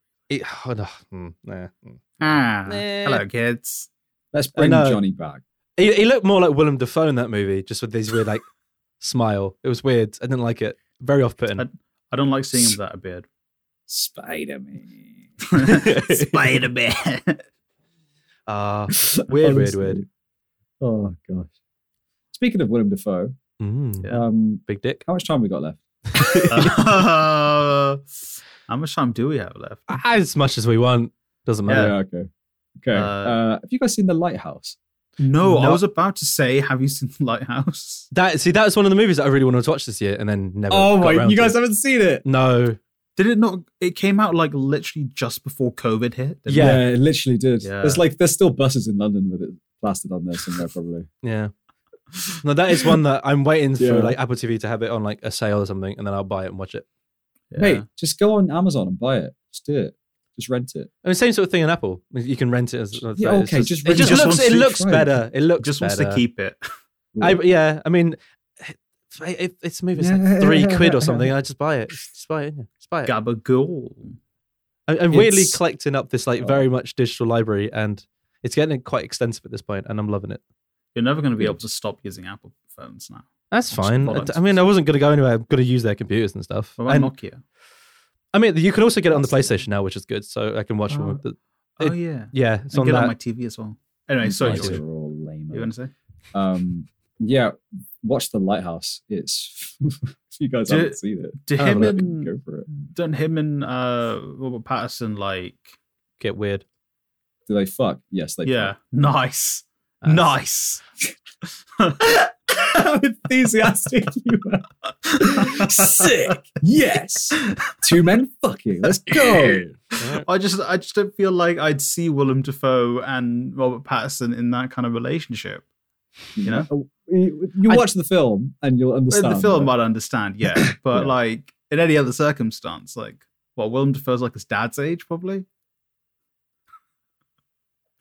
B: oh, no, mm, nah, mm.
A: Ah,
B: Nah.
A: hello, kids. Uh,
C: Let's bring
B: know.
C: Johnny back.
B: He, he looked more like Willem Dafoe in that movie, just with these
A: *laughs*
B: weird like smile. It was weird. I didn't like it. Very off-putting.
A: I don't like seeing him without a *laughs* beard.
C: Spider Man.
A: Spider Man. *laughs*
B: Ah, weird, weird, weird.
C: Oh gosh. Speaking of Willem Dafoe,
B: Mm,
A: Yeah.
C: um,
B: Big dick.
C: how much time we got left?
A: uh, *laughs* how much time do we have left?
B: as much as we want. Doesn't matter.
C: okay. Okay.
A: Uh,
C: Uh, have you guys seen The Lighthouse?
A: No, I
B: No.
A: was about to say, have you seen The Lighthouse?
B: That see, that was one of the movies that I really wanted to watch this year, and then never.
C: Oh
A: Oh
B: got around to.
C: haven't seen it.
B: No,
A: Did it not? It came out like literally just before COVID hit. didn't
B: Yeah.
A: it?
C: Yeah, it literally did.
A: Yeah.
C: There's like there's still buses in London with it plastered on there somewhere probably.
B: yeah, no. That is one that I'm waiting
C: Yeah.
B: for, like Apple TV to have it on like a sale or something, and then I'll buy it and watch it.
A: *laughs* Yeah.
C: Hey, just go on Amazon and buy it. Just do it. Just rent it.
B: I mean, same sort of thing on Apple. You can rent it as. as
C: Yeah,
B: that. It's
C: okay, just
B: it
C: rent
B: just
A: it. Just
B: looks.
A: wants
B: It
A: to
B: looks
C: try it.
B: better. It looks
A: just wants
B: better.
A: to keep it.
B: I, yeah, I mean, it, it's a movie. It's like three quid or something. I just buy it. Just buy it. yeah. Just buy it.
A: Gabagool.
B: I- I'm weirdly
C: It's-
B: collecting up this like
C: Oh.
B: very much digital library, and it's getting quite extensive at this point, and I'm loving it.
A: You're never going to be able to stop using Apple phones now.
B: That's
A: Just
B: fine. I,
A: follow
B: I mean, I wasn't going to go anywhere. I'm going to use their computers and stuff.
A: What about
B: And
A: Nokia?
B: I mean, you can also get it on the PlayStation now, which is good. So I can watch.
A: Oh.
B: one. The,
A: Oh
B: It-
A: yeah,
B: yeah, it's
A: I
B: on
A: get it on
B: that. Mm,
A: my TV as well. Anyway, sorry,
B: I
A: George.
B: do.
A: You
C: Are all lame.
A: want to say?
C: Um, yeah, watch The Lighthouse. It's *laughs* if you guys
A: Do-
C: haven't seen it,
A: Do
B: I'll have
A: him
B: a look.
A: and
C: go for it.
A: don't him and uh, Robert Patterson like?
B: Get weird.
C: Do they fuck? Yes, they.
A: yeah, nice,
B: That's-
A: nice.
C: Fuck. *laughs* How enthusiastic you are. Sick. Yes. Two men fucking. Let's go.
B: Alright.
A: *laughs* I just I just don't feel like I'd see Willem Dafoe and Robert Patterson in that kind of relationship. *laughs* You know?
C: Oh, you you
A: I-
C: watch the film and you'll understand.
A: In the film,
C: but-
A: I'd understand,
C: *coughs*
A: yeah, but
C: Yeah.
A: like in any other circumstance, like well, Willem Dafoe's like his dad's age, probably.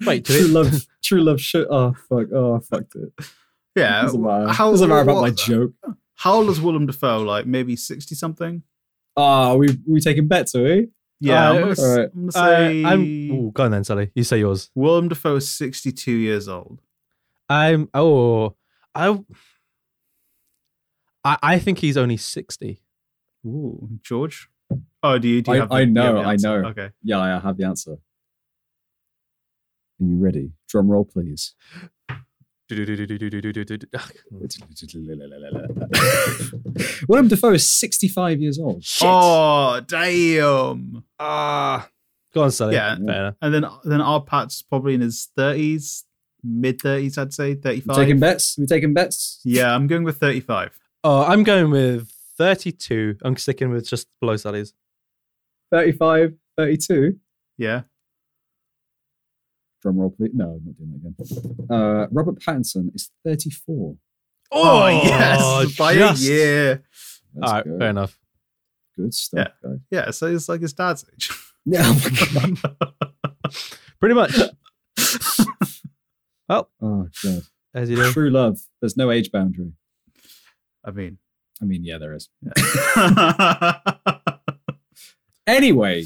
B: Wait, do
C: true
B: it-
C: love, true love. Shit. Oh fuck. Oh I fucked it.
A: Yeah,
C: Doesn't matter.
A: how-
C: Doesn't matter about
A: what-
C: my joke.
A: How old is Willem Dafoe? Like maybe sixty something.
C: Ah, we we taking bets, are we?
A: Yeah,
B: Uh,
A: I'm, gonna, s-
C: alright.
A: I'm gonna
B: Uh,
A: say
B: I'm. Ooh, go on then, Sally. You say yours.
A: Willem Dafoe is sixty-two years old.
B: I'm. Oh, I. I, I think he's only sixty.
A: Ooh, George. Oh, do you? Do you
C: I-
A: have the-
C: I
A: do you have
C: know,
A: the
C: I
A: answer?
C: know.
A: Okay.
C: Yeah, I have the answer. Are you ready? Drum roll, please. Willem Dafoe is 65 years old.
A: Oh, damn.
B: Ah, go on, Sally.
A: Yeah.
B: fair enough.
A: And then then our Pat's probably in his thirties, mid thirties, I'd say
C: We
A: thirty-five.
C: taking bets? We taking bets?
A: Yeah, I'm going with thirty-five.
B: Oh, I'm going with thirty-two. I'm sticking with just below Sally's.
C: 35, 32.
A: Yeah.
C: Drum roll, please. No, I'm not doing that again. Uh, Robert Pattinson is 34.
A: Oh, yes, by
B: *laughs* just-
A: a year.
C: Let's
B: All right,
C: go.
B: fair enough.
C: Good stuff, guys.
A: Yeah, so it's like his dad's age. *laughs*
C: Yeah, oh my God.
B: Pretty much.
C: Oh, God.
B: As you do.
C: True love. There's no age boundary.
A: I
B: *laughs*
A: mean. *laughs*
C: I mean, yeah, there is.
A: yeah.
C: Anyway,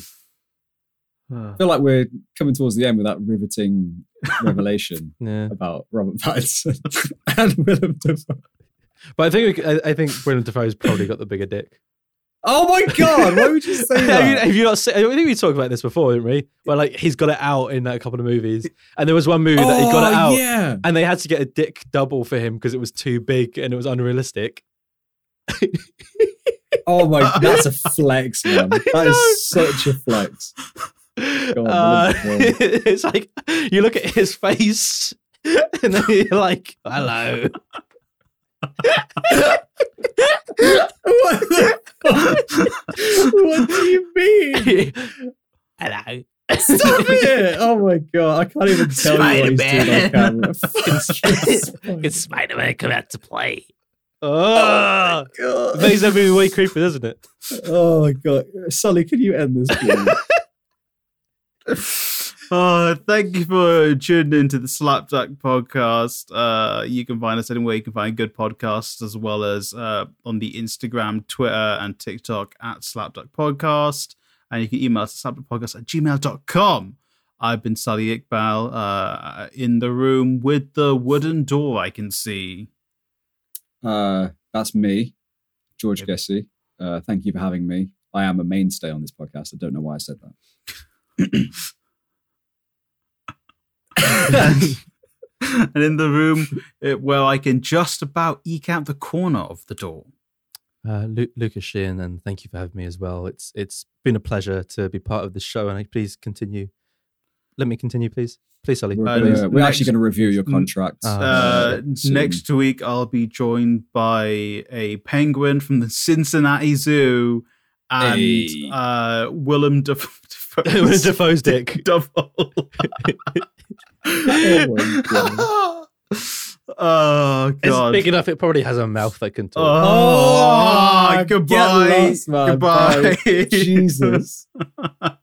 C: I feel like we're coming towards the end with that riveting revelation
B: Yeah.
C: about Robert *laughs* Pattinson and Willem Dafoe.
B: But I think we, c- I, I think Willem Dafoe's probably got the bigger dick.
C: Oh my God! Why would you say
B: *laughs* have, you,
C: that?
B: have you not seen, I think we talked about this before, didn't we? Where like he's got it out in a couple of movies, and there was one movie that he got it out,
C: Oh, yeah.
B: and they had to get a dick double for him because it was too big and it was unrealistic.
C: Oh my, that's
B: *laughs*
C: a flex, man. That is such a flex. on,
B: Uh,
C: Willem
B: *laughs* it's like you look at his face, and then you're like, "Hello." *laughs*
C: What the fuck? What do you mean?
B: Hello.
C: Stop it! Oh my god, I can't even tell you what he's doing
B: Spider-Man.
C: on camera. *laughs*
B: *laughs*
C: Fuck.
B: Spider Man come out to play? Oh, makes that movie way creepier, doesn't it?
C: Oh my god, Sully, can you end this? Please?
A: Oh, thank you for tuning into the Slapjack podcast. Uh, you can find us anywhere you can find good podcasts, as well as uh, on the Instagram, Twitter, and TikTok at Slapjack Podcast. And you can email us at slapjackpodcast at gmail.com. I've been Sally Iqbal uh, in the room with the wooden door I can see.
C: Uh, that's me, George
A: Yep.
C: Gessie. Uh, thank you for having me. I am a mainstay on this podcast. I don't know why I said that.
A: *laughs* and in the room uh, where I can just about eke out the corner of the door.
B: Uh, Lu- Lucas Sheehan, and thank you for having me as well. It's it's been a pleasure to be part of the show, and I, please continue. Let me continue, please. Please, Sully.
C: We're,
A: Uh,
C: gonna-
A: next-
C: we're actually going to review your
A: Mm,
C: contract.
B: uh,
A: Uh,
C: soon.
A: next week, I'll be joined by a penguin from the Cincinnati Zoo and
C: Hey.
A: uh, Willem *laughs* Def-
B: *laughs* Willem
A: Defoe's *laughs*
B: Dafoe's dick. *laughs*
A: double.
C: my
A: oh, God.
B: It's big enough. It probably has a mouth that can talk.
A: Oh,
C: Oh, get
A: goodbye.
C: lost, man.
A: *laughs* goodbye.
C: Jesus.
A: goodbye.